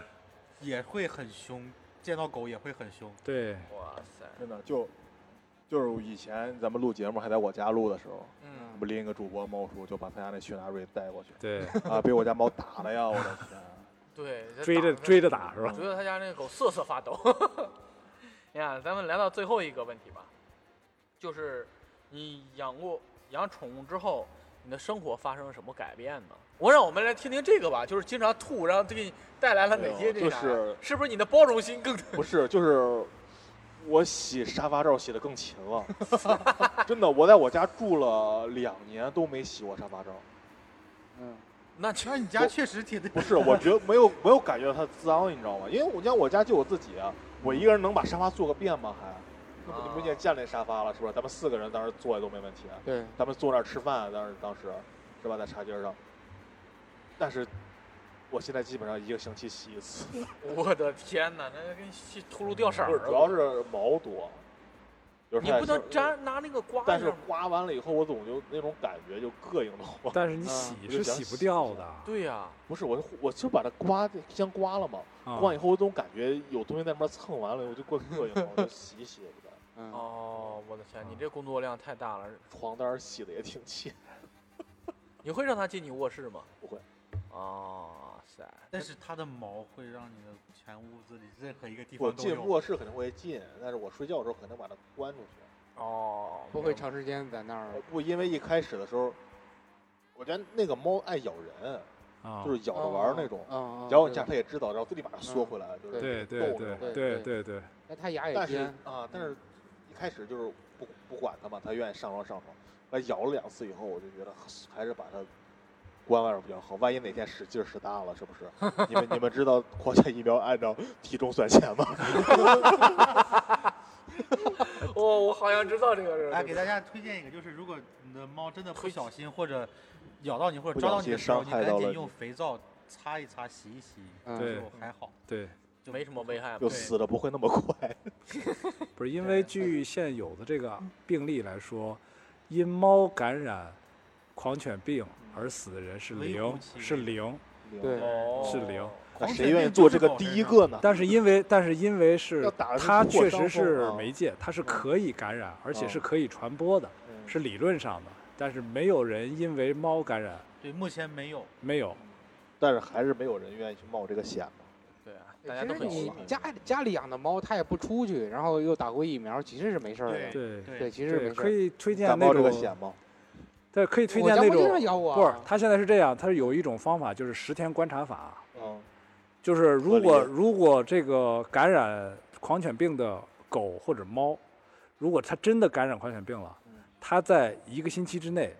D: 也会很凶，见到狗也会很凶。
E: 对，
A: 哇塞，
C: 真的就就是以前咱们录节目还在我家录的时候，
A: 嗯，
C: 不另一个主播猫叔就把他家那雪纳瑞带过去 <laughs>
B: <laughs>
E: 对，
C: 啊，被我家猫打了呀！我的天，啊
A: 对，这
E: 追着
A: 打
E: 追着打是吧？
A: 追着他家那个狗瑟瑟发抖。哎呀，咱们来到最后一个问题吧，就是你养过养宠物之后，你的生活发生了什么改变呢？我让我们来听听这个吧，就是经常吐，然后给你带来了哪些
C: 哎呦
A: 这啥？啊
C: 就是
A: 是不是你的包容心更？
C: 不是，就是我洗沙发罩洗的更勤了， <laughs> 真的，我在我家住了两年都没洗过沙发罩，
B: 嗯，
A: 那去
D: 那你家确实挺
C: 不是，我觉得没有没有感觉它脏，你知道吗？因为我像我家就我自己，啊我一个人能把沙发坐个遍吗？还，那不
A: 啊
C: 你不也见那沙发了是不是？咱们四个人当时坐也都没问题，啊
B: 对，
C: 咱们坐那儿吃饭，当时当时是吧，在茶几上。但是我现在基本上一个星期洗一次，
A: <laughs> 我的天哪，那跟吸秃噜掉色
C: 不
A: 儿
C: 是
A: 了。
C: 主要是毛多，有时
A: 你
C: 候
A: 不
C: 太
A: 能粘拿那个刮
C: 但
A: 子
C: 是
A: 吗
C: 刮完了以后，我总就那种感觉就膈应的慌。 <laughs>
E: 但是你
B: 嗯
E: 洗
C: 我就是想
E: 洗不
C: 洗
E: 掉
C: 一下
E: 的。
A: 对呀、
C: 不是，我就我就把它刮先刮了嘛，
E: 啊
C: 刮完以后我总感觉有东西在那边蹭完了，我就过膈应了，我就洗一洗。
B: 嗯，
A: 哦，我的天，你这工作量太大了。
C: 床单儿洗的也挺勤，
A: 你会让他进你卧室吗？
C: 不会。
A: 哦，塞，
D: 但是它的毛会让你的全屋子里任何一个地
C: 我
D: 方都
C: 进
D: 有。
C: 卧室肯定会进，但是我睡觉的时候肯定把它关出去。
A: 哦，
B: 不会
A: 明白
B: 长时间在那儿
C: 我不因为一开始的时候，我觉得那个猫爱咬人，
E: 啊
C: 就是咬着玩儿那种，
B: 嗯，嗯
C: 咬你
B: 对
C: 下它也知道，然后自己马上缩回来，就是
E: 对对
C: 动
E: 对
C: 着
B: 对
E: 对
B: 对
E: 对对，
B: 哎，它牙也
C: 但是
B: 尖，
C: 啊，但是一开始就是不不管它嘛，它愿意上床上床。哎，咬了两次以后，我就觉得还是把它关外边比较好。万一哪天使劲儿使大了，是不是？你们你们知道国家疫苗按照体重算钱吗？
A: 哦，我好像知道这个人。
D: 哎，给大家推荐一个，就是如果你的猫真的不小心或者咬到你或者
C: 不
D: 抓
C: 小
D: 到你的
C: 心
D: 时候，
C: 伤
D: 你
C: 害到
D: 赶
C: 了
D: 紧
C: 你
D: 用肥皂擦一擦、洗一洗，
B: 嗯
E: 对
D: 就还好。
E: 对，
D: 就
A: 没什么危害
C: 就
A: 嘛。
D: 对
C: 死的不会那么快。
E: 不是因为据现有的这个病例来说，因猫感染狂犬病而死的人是
D: 微
E: 零
D: 乎，其
E: 是
D: 微
E: 零。
B: 对
A: 哦，
E: 是零
C: 那
D: 狂犬
C: 谁愿意
D: 病
C: 做
D: 就
C: 这
D: 是
C: 个
D: 狗
C: 第
D: 身
C: 一
D: 上
C: 个呢？
E: 但是因为但是因为
C: 要
E: 是
C: 打的是
E: 它
C: 破
E: 确
C: 伤
E: 实是
C: 风啊
E: 媒介，它
B: 嗯
E: 是可以感染，而且是可以传播的，
C: 嗯
E: 是理论上的。但是没有人因为猫感染，
D: 对，目前没有。
E: 没有。
C: 但是还是没有人愿意去冒这个险嘛。
A: 对啊，大家
B: 哎其
A: 都
B: 实
A: 很
B: 你
A: 喜
C: 喜
A: 欢
C: 欢
B: 家家里养的猫，它也不出去，然后又打过疫苗，其实是没事儿的。
E: 对
D: 对
B: 对，其实
E: 对，
B: 没事
E: 可
B: 儿。
E: 以推荐
C: 敢
E: 那
C: 冒这个
E: 种，
C: 险吗？
E: 对，可以推
B: 我
E: 荐
B: 家
E: 那
B: 猫经常
E: 种。
B: 咬我
E: 不是
B: 啊，，
E: 它现在是这样，它是有一种方法，就是十天观察法。
C: 嗯，
E: 就是如
C: 合理
E: 果如果这个感染狂犬病的狗或者猫，如果它真的感染狂犬病了
C: 嗯，
E: 它在一个星期之内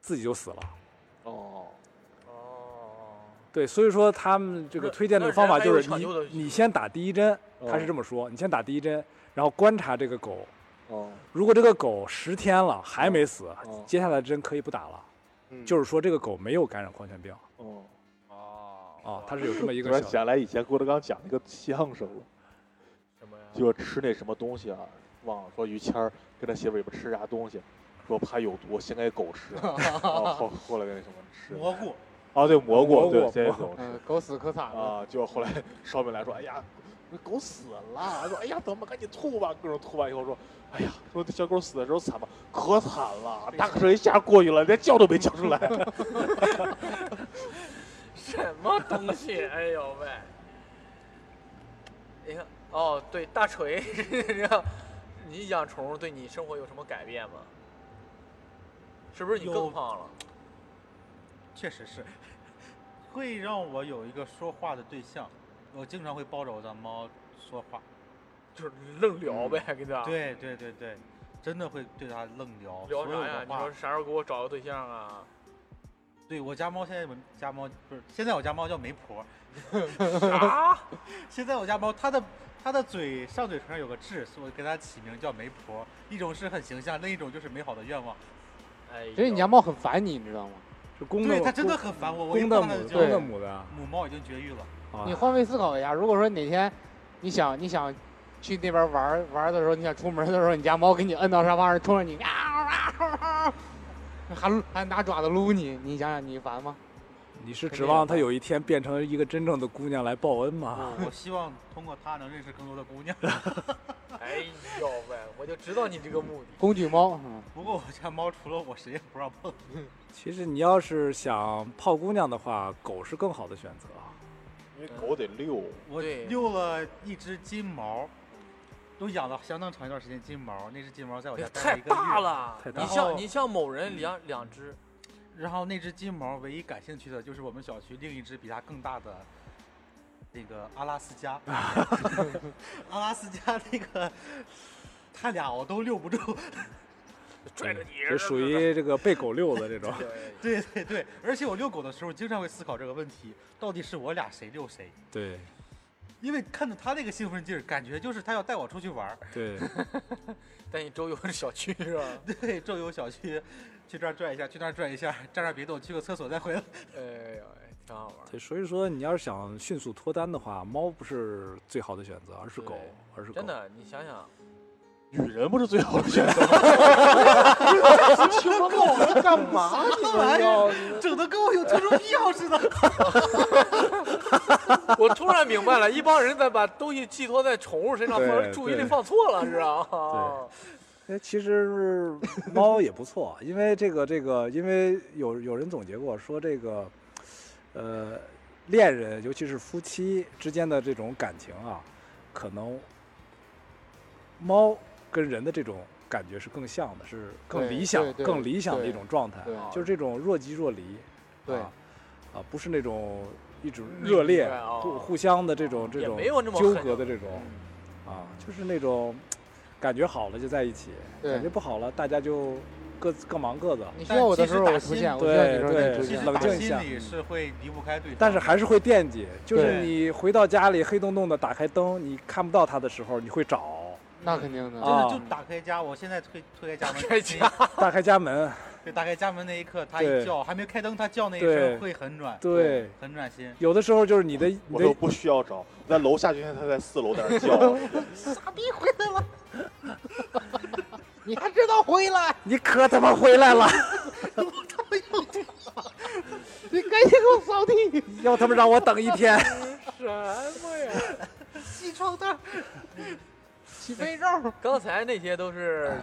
E: 自己就死了。
C: 哦，
A: 哦，
E: 对，所以说他们这个
A: 那
E: 推荐
A: 那
E: 的方
A: 人
E: 法
A: 还
E: 就
A: 有
E: 是
A: 抢
E: 你
A: 救的
E: 你先打第一针，他是
C: 哦
E: 这么说，你先打第一针，然后观察这个狗，
C: 哦，
E: 如果这个狗十天了还没死，
C: 哦
E: 接下来的针可以不打了，
B: 嗯
E: 就是说这个狗没有感染狂犬病
C: 哦，
A: 哦，
E: 啊，它是有这么一
C: 突
E: 个
C: 然
E: 小
C: 想来以前郭德纲讲一个相声了，
A: 什么呀？
C: 就是吃那什么东西啊，忘了说于谦儿跟他媳妇儿也不吃啥东西，说怕有毒，先给狗
E: <laughs>
C: 吃，然后后后来那什么吃，
D: 蘑菇，
C: 啊对蘑
E: 蘑
C: 菇，对
E: 菇
C: 先给
E: 蘑
C: 狗吃
B: 嗯，狗死可惨了。
C: 啊，就后来烧饼来说，哎呀，那狗死了，说哎呀怎么赶紧吐吧，各种吐完以后说，哎呀，说这小狗死的时候惨吗？可惨了，大水一下过去了，连叫都没叫出来。
A: 什么东 <laughs> 西？哎呦喂！你看，哦，对，大锤， <laughs> 你看，你养宠物对你生活有什么改变吗？是不是你更
D: 有
A: 胖了？
D: 确实是， <laughs> 会让我有一个说话的对象。我经常会抱着我的猫说话。
A: 就是愣聊呗，跟他
D: 对对对对，真的会对它愣聊。
A: 啊聊
D: 所有
A: 啥呀？
D: 的
A: 你
D: 话
A: 说啥时候给我找个对象啊？
D: 对我家猫现在我家猫不是，现在我家猫叫媒婆。
A: 啥？
D: <laughs> 现在我家猫它的它的嘴上嘴唇上有个痣，所以我给它起名叫媒婆。一种是很形象，另一种就是美好的愿望。
A: 哎呦，
B: 其实你家猫很烦你，你知道吗？
E: 是公的
D: 对，它真的
E: 公
D: 很烦我。我一
E: 公的
D: 抱它
E: 母
D: 就
E: 的
D: 叫
E: 公
B: 对
E: 的母的啊，
D: 母猫已经绝育了。
B: 你换位思考一下，如果说哪天你想你想去那边玩儿玩儿的时候，你想出门的时候，你家猫给你摁到沙发上，冲着你啊啊啊啊，还还拿爪子撸你，你想想你烦吗？
E: 你是
B: 肯
E: 指
B: 定
E: 望
B: 要
E: 她有一天变成一个真正的姑娘来报恩
A: 嗯
E: 吗？
D: 我希望通过它能认识更多的姑娘。
A: 哎呦喂，我就知道你这个目的。
B: 工具猫，嗯，
D: 不过我家猫除了我谁也不让碰。
E: 其实你要是想泡姑娘的话，狗是更好的选择。啊
C: 因为狗得遛，
D: <laughs> 我
A: 对
D: 遛了一只金毛，都养了相当长一段时间金毛。那只金毛在我
A: 哎
D: 家
A: 呀
D: 待
A: 太
D: 了一个月。
A: 大了，嗯
E: 太大
A: 你
D: 了
A: 像你像某人两两只，
D: 然后那只金毛唯一感兴趣的就是我们小区另一只比它更大的那个阿拉斯
E: <laughs>
D: 加，阿拉斯加那个，它俩我都遛不住，
A: 拽着你，
E: 就属于这个被狗遛
A: <laughs>
E: 的这种。
A: 对
D: 对对对，而且我遛狗的时候经常会思考这个问题，到底是我俩谁遛谁？
E: 对
D: 因为看着他那个兴奋劲儿，感觉就是他要带我出去
E: <laughs>
D: 玩儿。
E: 对，
A: 带你周游小区是吧？
D: 对，周游小区，去这儿转一下，去那儿转一下，站那儿别动，去个厕所再回来。
A: 哎呦，哎挺好 <laughs> 玩儿。
E: 对，所以说你要是想迅速脱单的话，猫不是最好的选择，而是狗
A: 对，
E: 而是狗。
A: 真，的，你想想，
C: 女人不是最好的选择吗？
B: 听够了干嘛？你们要
D: 整的跟我有特殊癖好似的。
E: 哎
A: 我突然明白了，一帮人在把东西寄托在宠物身上，
E: 对
A: 或者注意力
E: 对
A: 放错了，是吧？
E: 哎，其实是猫也不错，因为这个这个，因为有有人总结过说这个，呃，恋人尤其是夫妻之间的这种感情啊，可能猫跟人的这种感觉是更像的，是更
B: 对
E: 理
B: 对
E: 想、
B: 对
E: 更理想的一
B: 对
E: 种状态，
B: 对
E: 就是这种若即若离，
B: 对
E: 啊，啊不是那种一种
A: 嗯
E: 热烈、
A: 对啊
E: 互互相的这种这
A: 也
E: 种
A: 没有那么
E: 纠
A: 狠嗯
E: 葛的这种。啊，就是那种感觉好了就在一起，
B: 对
E: 感觉不好了大家就各自各忙各
A: 嗯
E: 的。
B: 你需要我的时候我出现，我需要你的时候你出
E: 对
D: 其
B: 现
D: 实
E: 冷。
D: 打
E: 静一
D: 心
E: 下
D: 里是会离不开对方，
E: 但是还是会惦记，就是
D: 对
E: 你回到家里黑洞洞的，打开灯，你看不到他的时候，你会找；
B: 那肯定的
D: 真的就
E: 啊
D: 打开家，我现在推推开家门，
A: 开家
E: 打开家门，
D: 对，打开家门那一刻，他一
E: 对
D: 叫，还没开灯，他叫那一
E: 对
D: 声会很暖，
E: 对，
D: 很暖心。
E: 有的时候就是你的你
C: 我说
E: 的
C: 不需要找，在楼下就现在他在四楼在那儿叫，
B: 你还知道回来？
E: 你可他妈回来了，
A: <laughs>
B: 你赶紧给我扫地！
E: 要他妈让我等一天。
A: <laughs> 什么呀？
D: 西窗单，
B: 起肥皂，
A: 刚才那些都是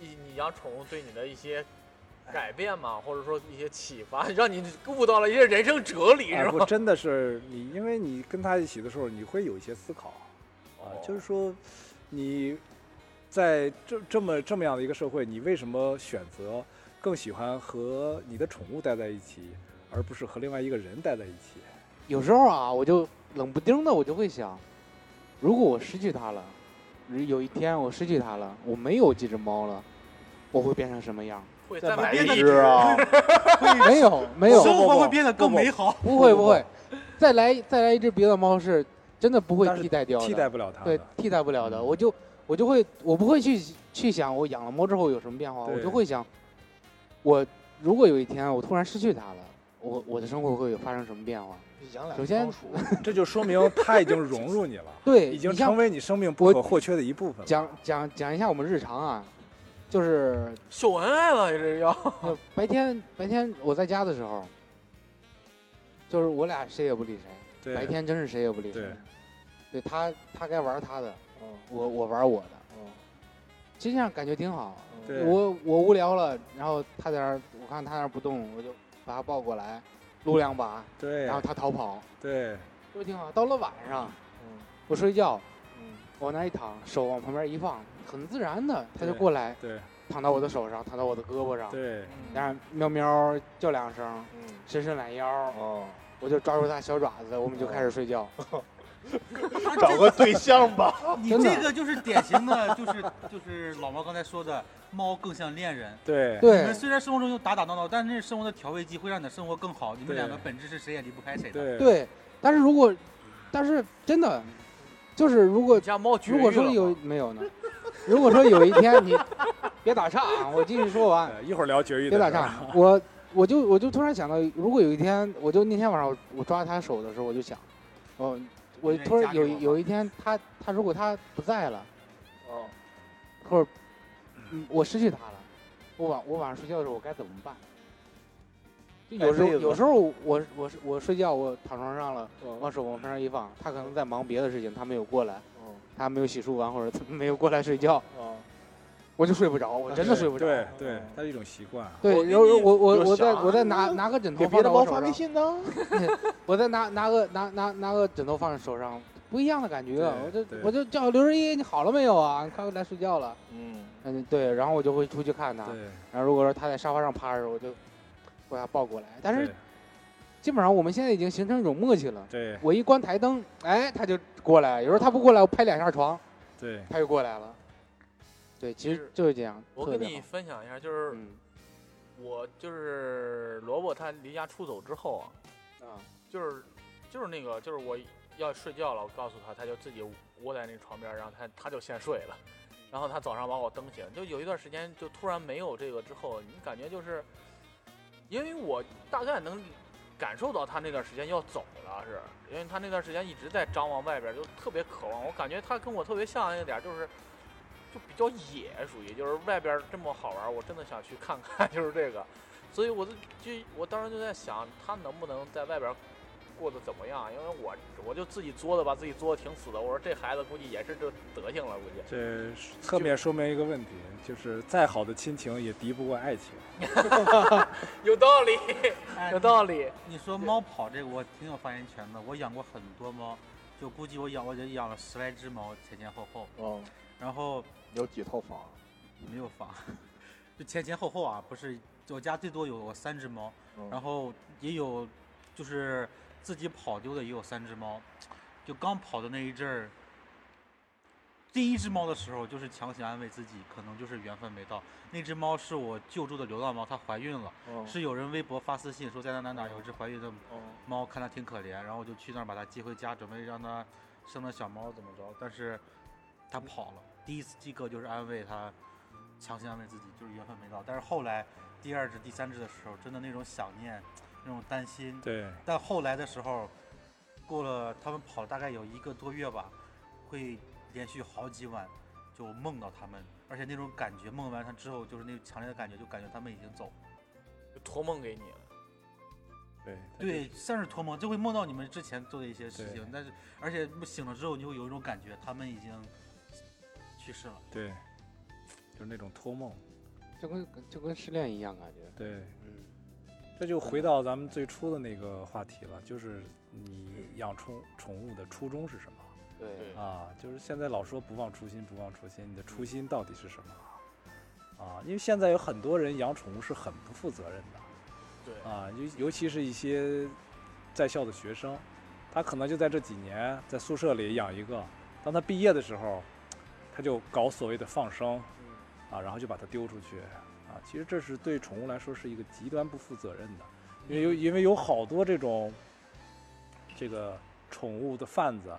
A: 你你养宠物对你的一些改变嘛，或者说一些启发，让你悟到了一些人生哲理，
E: 哎，
A: 是
E: 不，
A: 吧？
E: 真的是你，因为你跟他一起的时候，你会有一些思考。啊，就是说，你在这这么这么样的一个社会，你为什么选择更喜欢和你的宠物待在一起，而不是和另外一个人待在一起？
B: 有时候啊，我就冷不丁的我就会想，如果我失去它了，有一天我失去它了，我没有这只猫了，我会变成什么
E: <laughs>
B: 样？
A: 会
C: 再
A: 再
C: 买
A: 买
C: 一
A: 一
C: 只啊！
B: 没有，没有，
D: 生活
E: 不
D: 会
E: 不
D: 变得
E: 不
D: 更
E: 不
D: 美好。
B: 不会不会，再来再来一只别的猫是真的不会
E: 但是
B: 替代掉的，
E: 替代不了它
B: 对
E: 的。
B: 替代不了的。
E: 嗯
B: 我就我就会我不会去去想我养了猫之后有什么变化，
E: 对
B: 我就会想，我如果有一天我突然失去它了，我我的生活会有发生什么变化？
C: <laughs> 养俩
B: 首先，
C: 仓鼠
E: 这就说明它已经融入你了
B: 对，
E: 已经
B: 你像
E: 成为你生命不可或缺的一部分了。
B: 讲讲讲一下我们日常啊，就是
A: 秀恩爱了，这是要
B: 呃白天白天我在家的时候，就是我俩谁也不理谁，
E: 对
B: 白天真是谁也不理谁
E: 对，哦
B: 对他他该玩他的，
C: 嗯
B: 我我玩我的，
C: 嗯
B: 其实这样感觉挺好。
E: 对
B: 我我无聊了，然后他在那儿，我看他那儿不动，我就把他抱过来，撸两把，
E: 对
B: 然后他逃跑，
E: 对
B: 是不是挺好？到了晚上，
C: 嗯
B: 我睡觉
C: 嗯，
B: 往那一躺，手往旁边一放，很自然的他就
E: 对
B: 过来，
E: 对
B: 躺到我的手上，躺到我的胳膊上，
E: 对，
B: 然后喵喵叫两声，
C: 嗯
B: 伸伸懒腰，
C: 哦，
B: 我就抓住他小爪子，我们就开始睡觉。
E: 嗯
C: 找个对象 <laughs> 吧。
D: 你
B: 真的
D: 这个就是典型的，就是就是老毛刚才说的，猫更像恋人。
E: 对
D: 你
B: 对
D: 们虽然生活中有打打闹闹，但是生活的调味剂会让你的生活更好。你们
E: 对
D: 两个本质是谁也离不开谁的。
E: 对，
B: 对，但是如果，但是真的，就是如果
A: 你家猫绝育
B: 如果说
A: 了
B: 有
A: 吗
B: 没有呢？如果说有一天你别打岔啊，我继续说完，
E: 呃一会儿聊绝育
B: 别打
E: 的事儿。
B: 岔。我我就我就突然想到，如果有一天，我就那天晚上我我抓他手的时候，我就想，哦，我
D: 因为
B: 突然
D: 家里
B: 有
D: 有
B: 一
D: 我
B: 有一天他他如果他不在了，
C: 哦，
B: 或者嗯我失去他了，我晚我晚上睡觉的时候我该怎么办？就有
C: 盖
B: 时候
C: 被子
B: 有时候我我是我睡觉我躺床上了，
C: 嗯
B: 往手往旁边一放，他可能在忙别的事情，他没有过来，他没有洗漱完或者没有过来睡觉，
C: 哦，
B: 我就睡不着，我真的睡不着。
E: 对对，它是一种习惯。
B: 对，
C: 我
B: 然后
C: 给你
B: 我我
C: 有
B: 我再
C: 想
B: 我再拿拿个枕头
C: 给
B: 放
C: 别的
B: 到
C: 猫
B: 我手
C: 发微
B: 上，
C: 信呢。
B: 我再拿拿个拿拿拿个枕头放在手上，不一样的感觉。啊我
E: 对
B: 就
E: 对
B: 我就叫刘十一，你好了没有啊？你快来睡觉了。
C: 嗯，
B: 嗯，对，然后我就会出去看他。
E: 对，
B: 然后如果说他在沙发上趴着，我就把他抱过来。但是
E: 对
B: 基本上我们现在已经形成一种默契了。
E: 对
B: 我一关台灯，哎，他就过来。有时候他不过来，我拍两下床，
E: 对
B: 他就过来了。对，其实就是这样。
A: 我
B: 特
A: 跟
B: 别
A: 你
B: 好
A: 分享一下，就是
B: 嗯
A: 我就是萝卜他离家出走之后啊，
B: 啊，
A: 就是就是那个就是我要睡觉了，我告诉他，他就自己窝在那床边儿，然后他他就先睡了，然后他早上把我蹬醒，就有一段时间就突然没有这个之后，你感觉就是，因为我大概能感受到他那段时间要走了，是因为他那段时间一直在张望外边儿，就特别渴望，我感觉他跟我特别像一点儿，就是。就比较野，属于就是外边儿这么好玩儿，我真的想去看看， <laughs> 就是这个，所以我就就我当时就在想，他能不能在外边儿过得怎么样，啊因为我我就自己作的，把自己作的挺死的。我说这孩子估计也是这德行了，估计。
E: 这侧面说明一个问题，就是再好的亲情也敌不过爱情。
A: 有道理，
D: 哎
A: 有道理。
D: 你说猫跑这个我挺有发言权的，我养过很多猫，就估计我养我就养了十来只猫，前前后后，
C: 嗯，
D: 然后
C: 有几套房？
D: 没有房， <laughs> 就前前后后啊，不是我家最多有三只猫，
C: 嗯
D: 然后也有就是自己跑丢的也有三只猫，就刚跑的那一阵儿，第一只猫的时候就是强行安慰自己，可能就是缘分没到。那只猫是我救助的流浪猫，它怀孕了，
C: 嗯
D: 是有人微博发私信说在哪哪哪有只怀孕的
C: 嗯
D: 猫，看它挺可怜，然后我就去那儿把它接回家，准备让它生了小猫怎么着，但是它跑了。第一次这个就是安慰它，强行安慰自己，就是缘分没到。但是后来第二只、第三只的时候，真的那种想念、那种担心，
E: 对，
D: 但后来的时候，过了他们跑了大概有一个多月吧，会连续好几晚就梦到他们，而且那种感觉，梦完它之后就是那种强烈的感觉，就感觉他们已经走了。
A: 托梦给你了，
E: 对，
D: 对，算是托梦，就会梦到你们之前做的一些事
E: 对
D: 情，但是而且醒了之后，你会有一种感觉，他们已经去世了。
E: 对，就是那种托梦。
B: 就跟就跟失恋一样感觉。
E: 对，
B: 嗯，
E: 这就回到咱们最初的那个话题了，就是你养宠宠物的初衷是什么
B: 对
A: 对
E: 啊？就是现在老说不忘初心，不忘初心，你的初心到底是什么？啊，因为现在有很多人养宠物是很不负责任的，
A: 对，
E: 啊，尤尤其是一些在校的学生，他可能就在这几年在宿舍里养一个，当他毕业的时候，他就搞所谓的放生，
A: 嗯
E: 啊，然后就把它丢出去，啊，其实这是对宠物来说是一个极端不负责任的，
D: 嗯
E: 因为有因为有好多这种这个宠物的贩子，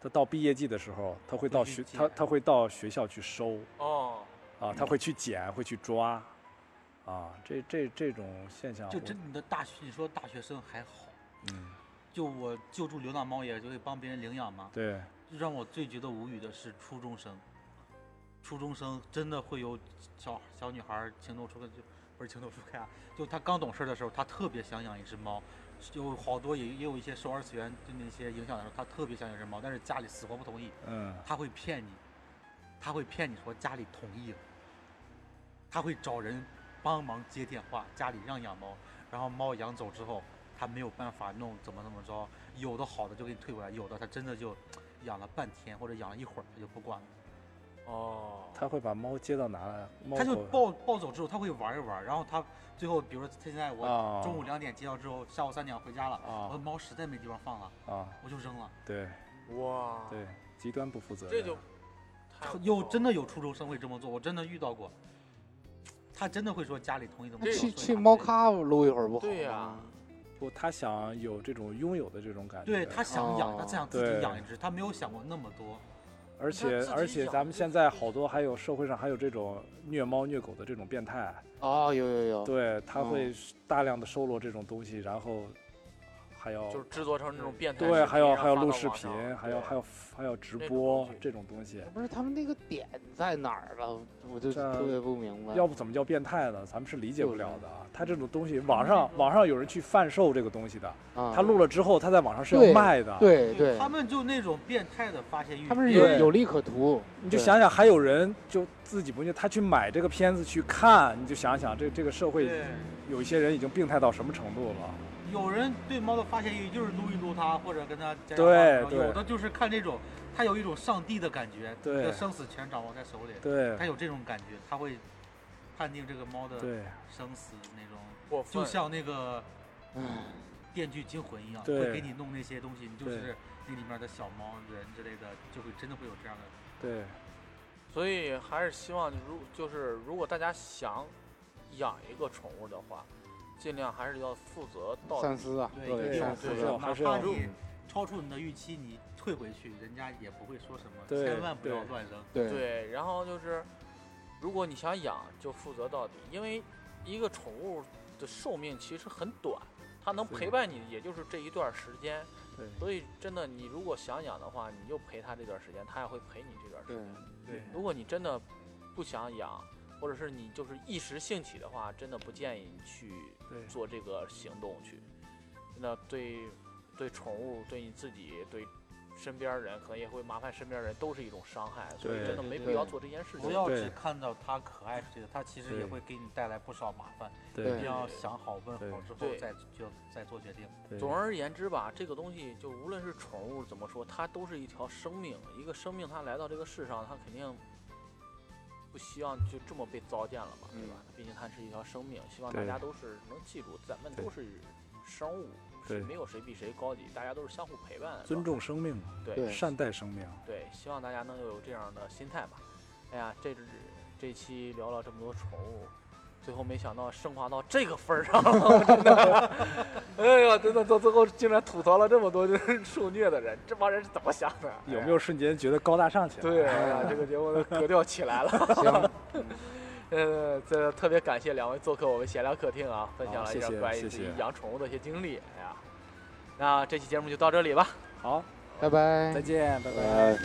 E: 他到毕业季的时候，他会到
D: 去
E: 学
D: 捡
E: 他他会到学校去收，
A: 哦，
E: 啊，他会去捡，会去抓。啊，这这这种现象，
D: 就
E: 啊我
D: 真的大学，你说大学生还好，
E: 嗯，
D: 就我救助流浪猫也就会帮别人领养嘛。
E: 对，
D: 让我最觉得无语的是初中生，初中生真的会有小小女孩儿情窦初开，就不是情窦初开啊，就她刚懂事儿的时候，她特别想养一只猫，有好多也也有一些受二次元的那些影响的时候，她特别想养一只猫，但是家里死活不同意，
E: 嗯，
D: 他会骗你，他会骗你说家里同意了，他会找人帮忙接电话，家里让养猫，然后猫养走之后，他没有办法弄怎么怎么着，有的好的就给你退回来，有的他真的就养了半天或者养了一会儿他就不管了，
A: 哦，
E: 他会把猫接到哪来？猫
D: 他就
E: 狗
D: 抱抱走之后他会玩一玩，然后他最后比如说他现在我
E: 啊，
D: 中午两点接到之后，下午三点回家了，我的
E: 啊
D: 猫实在没地方放了，
E: 啊，
D: 我就扔了。
E: 对
A: 哇，
E: 对，极端不负责
A: 这
E: 任，
A: 就太
D: 有真的有初中生会这么做，我真的遇到过。他真的会说家里同意怎么
A: 这
D: 着
A: 个
B: 去
D: 所以
B: 去
D: 他
B: 猫
D: 会
B: 咖撸一会儿不好吗？
A: 对呀
E: 不，他想有这种拥有的这种感觉，
D: 对他想养，他
B: 哦
D: 想自己养
E: 对
D: 一只，他没有想过那么多。
E: 而且
A: 自己
E: 而且
A: 养
E: 咱们
A: 就
E: 现
A: 是
E: 在
A: 自己
E: 好多还有社会上还有这种虐猫虐狗的这种变态，
B: 哦，有有有，
E: 对他
B: 嗯
E: 会大量的收罗这种东西，然后还要
A: 就是制作成这种变态视频，
E: 对，还要
A: 然后
E: 还要
A: 发到
E: 录
A: 网
E: 视
A: 上
E: 频，还要还要还要直
A: 那种
E: 播
A: 东西
E: 这种东西，
B: 不是他们那个点在哪儿了？我就
E: 这
B: 特别不明
A: 嗯
B: 白。
E: 要不怎么叫变态呢？咱们是理解不
B: 就是
E: 了的啊。他这种东西，网上
A: 嗯
E: 网上有人去贩售这个东西的，
B: 啊
E: 他录了之后，他在网上是要
B: 对
E: 卖的。，
B: 对对，
D: 他们就那种变态的发泄欲，
B: 他们是
E: 对
B: 有有利可图。
E: 你就
B: 对
E: 想想，还有人就自己不去，他去买这个片子去看，你就想想这这个社会
D: 对
E: 有一些人已经病态到什么程度了。
D: 有人对猫的发泄欲就是撸一撸它，或者跟它讲讲
E: 对
D: 话什么的
E: 对
D: 有的就是看这种，他有一种上帝的感觉，
E: 对
D: 这生死全掌握在手里，
E: 对
D: 他有这种感觉，他会判定这个猫的
E: 对
D: 生死那种，
A: 过分，
D: 就像那个
B: 唉
D: 《电锯惊魂》一样，
E: 对
D: 会给你弄那些东西，你就
E: 对
D: 是那里面的小猫人之类的，就会真的会有这样的。
E: 对，
A: 所以还是希望如就是如果大家想养一个宠物的话，尽量还是要负责到
B: 三思啊，
D: 对
B: 各
D: 一
B: 位
D: 定
B: 三
D: 要
B: 思
E: 对
B: 啊。
E: 要
D: 哪
E: 还是要
D: 怕你超出你的预期，你退回去，人家也不会说什么，
E: 对
D: 千万不要
E: 对
D: 乱扔。
B: 对
A: 对，然后就是，如果你想养，就负责到底，因为一个宠物的寿命其实很短，它能
E: 是
A: 陪伴你也就是这一段时间，
E: 对
A: 所以真的你如果想养的话，你就陪它这段时间，它也会陪你这段时
B: 对
A: 间。
E: 对
A: 如果你真的不想养，或者是你就是一时兴起的话，真的不建议你去
E: 对
A: 做这个行动去。那对对宠物、对你自己、对身边人，可能也会麻烦身边人，都是一种伤害，所以
E: 对
A: 真的没必要做这件事情。
D: 不要
E: 对
D: 只看到它可爱之类的，它其实
E: 对
D: 也会给你带来不少麻烦。一定
E: 对
D: 要想好问
E: 对
D: 好之后
A: 对
D: 再就再做决定。
E: 对，
A: 总而言之吧，这个东西就无论是宠物怎么说，它都是一条生命。一个生命它来到这个世上，它肯定不希望就这么被糟践了吧，对吧？毕竟它是一条生命，希望大
E: 嗯对
A: 家都是能记住，咱们
E: 对
A: 都是生物，
E: 对
A: 是没有谁比谁高级，大家都是相互陪伴的，
E: 尊重生命嘛，
A: 对
B: 对
E: 善待生命，
A: 对，希望大家能有这样的心态吧。哎呀，这这期聊了这么多宠物，最后没想到升华到这个份儿上了， <laughs> 真的。哎呀，真的到最后竟然吐槽了这么多就是受虐的人，这帮人是怎么想的？
D: 哎
E: 有没有瞬间觉得高大上起来？
A: 对，哎呀，这个节目的格调起 <laughs> 来了。
B: 行，
A: 呃，这特别感谢两位做客我们闲聊客厅啊，分享了
E: 好
A: 一
E: 谢
A: 下
E: 谢
A: 关于
E: 谢
A: 自己
E: 谢
A: 养宠物的一些经历。哎呀，那这期节目就到这里吧。
E: 好，
B: 拜拜，
E: 再见，拜拜。
C: 呃，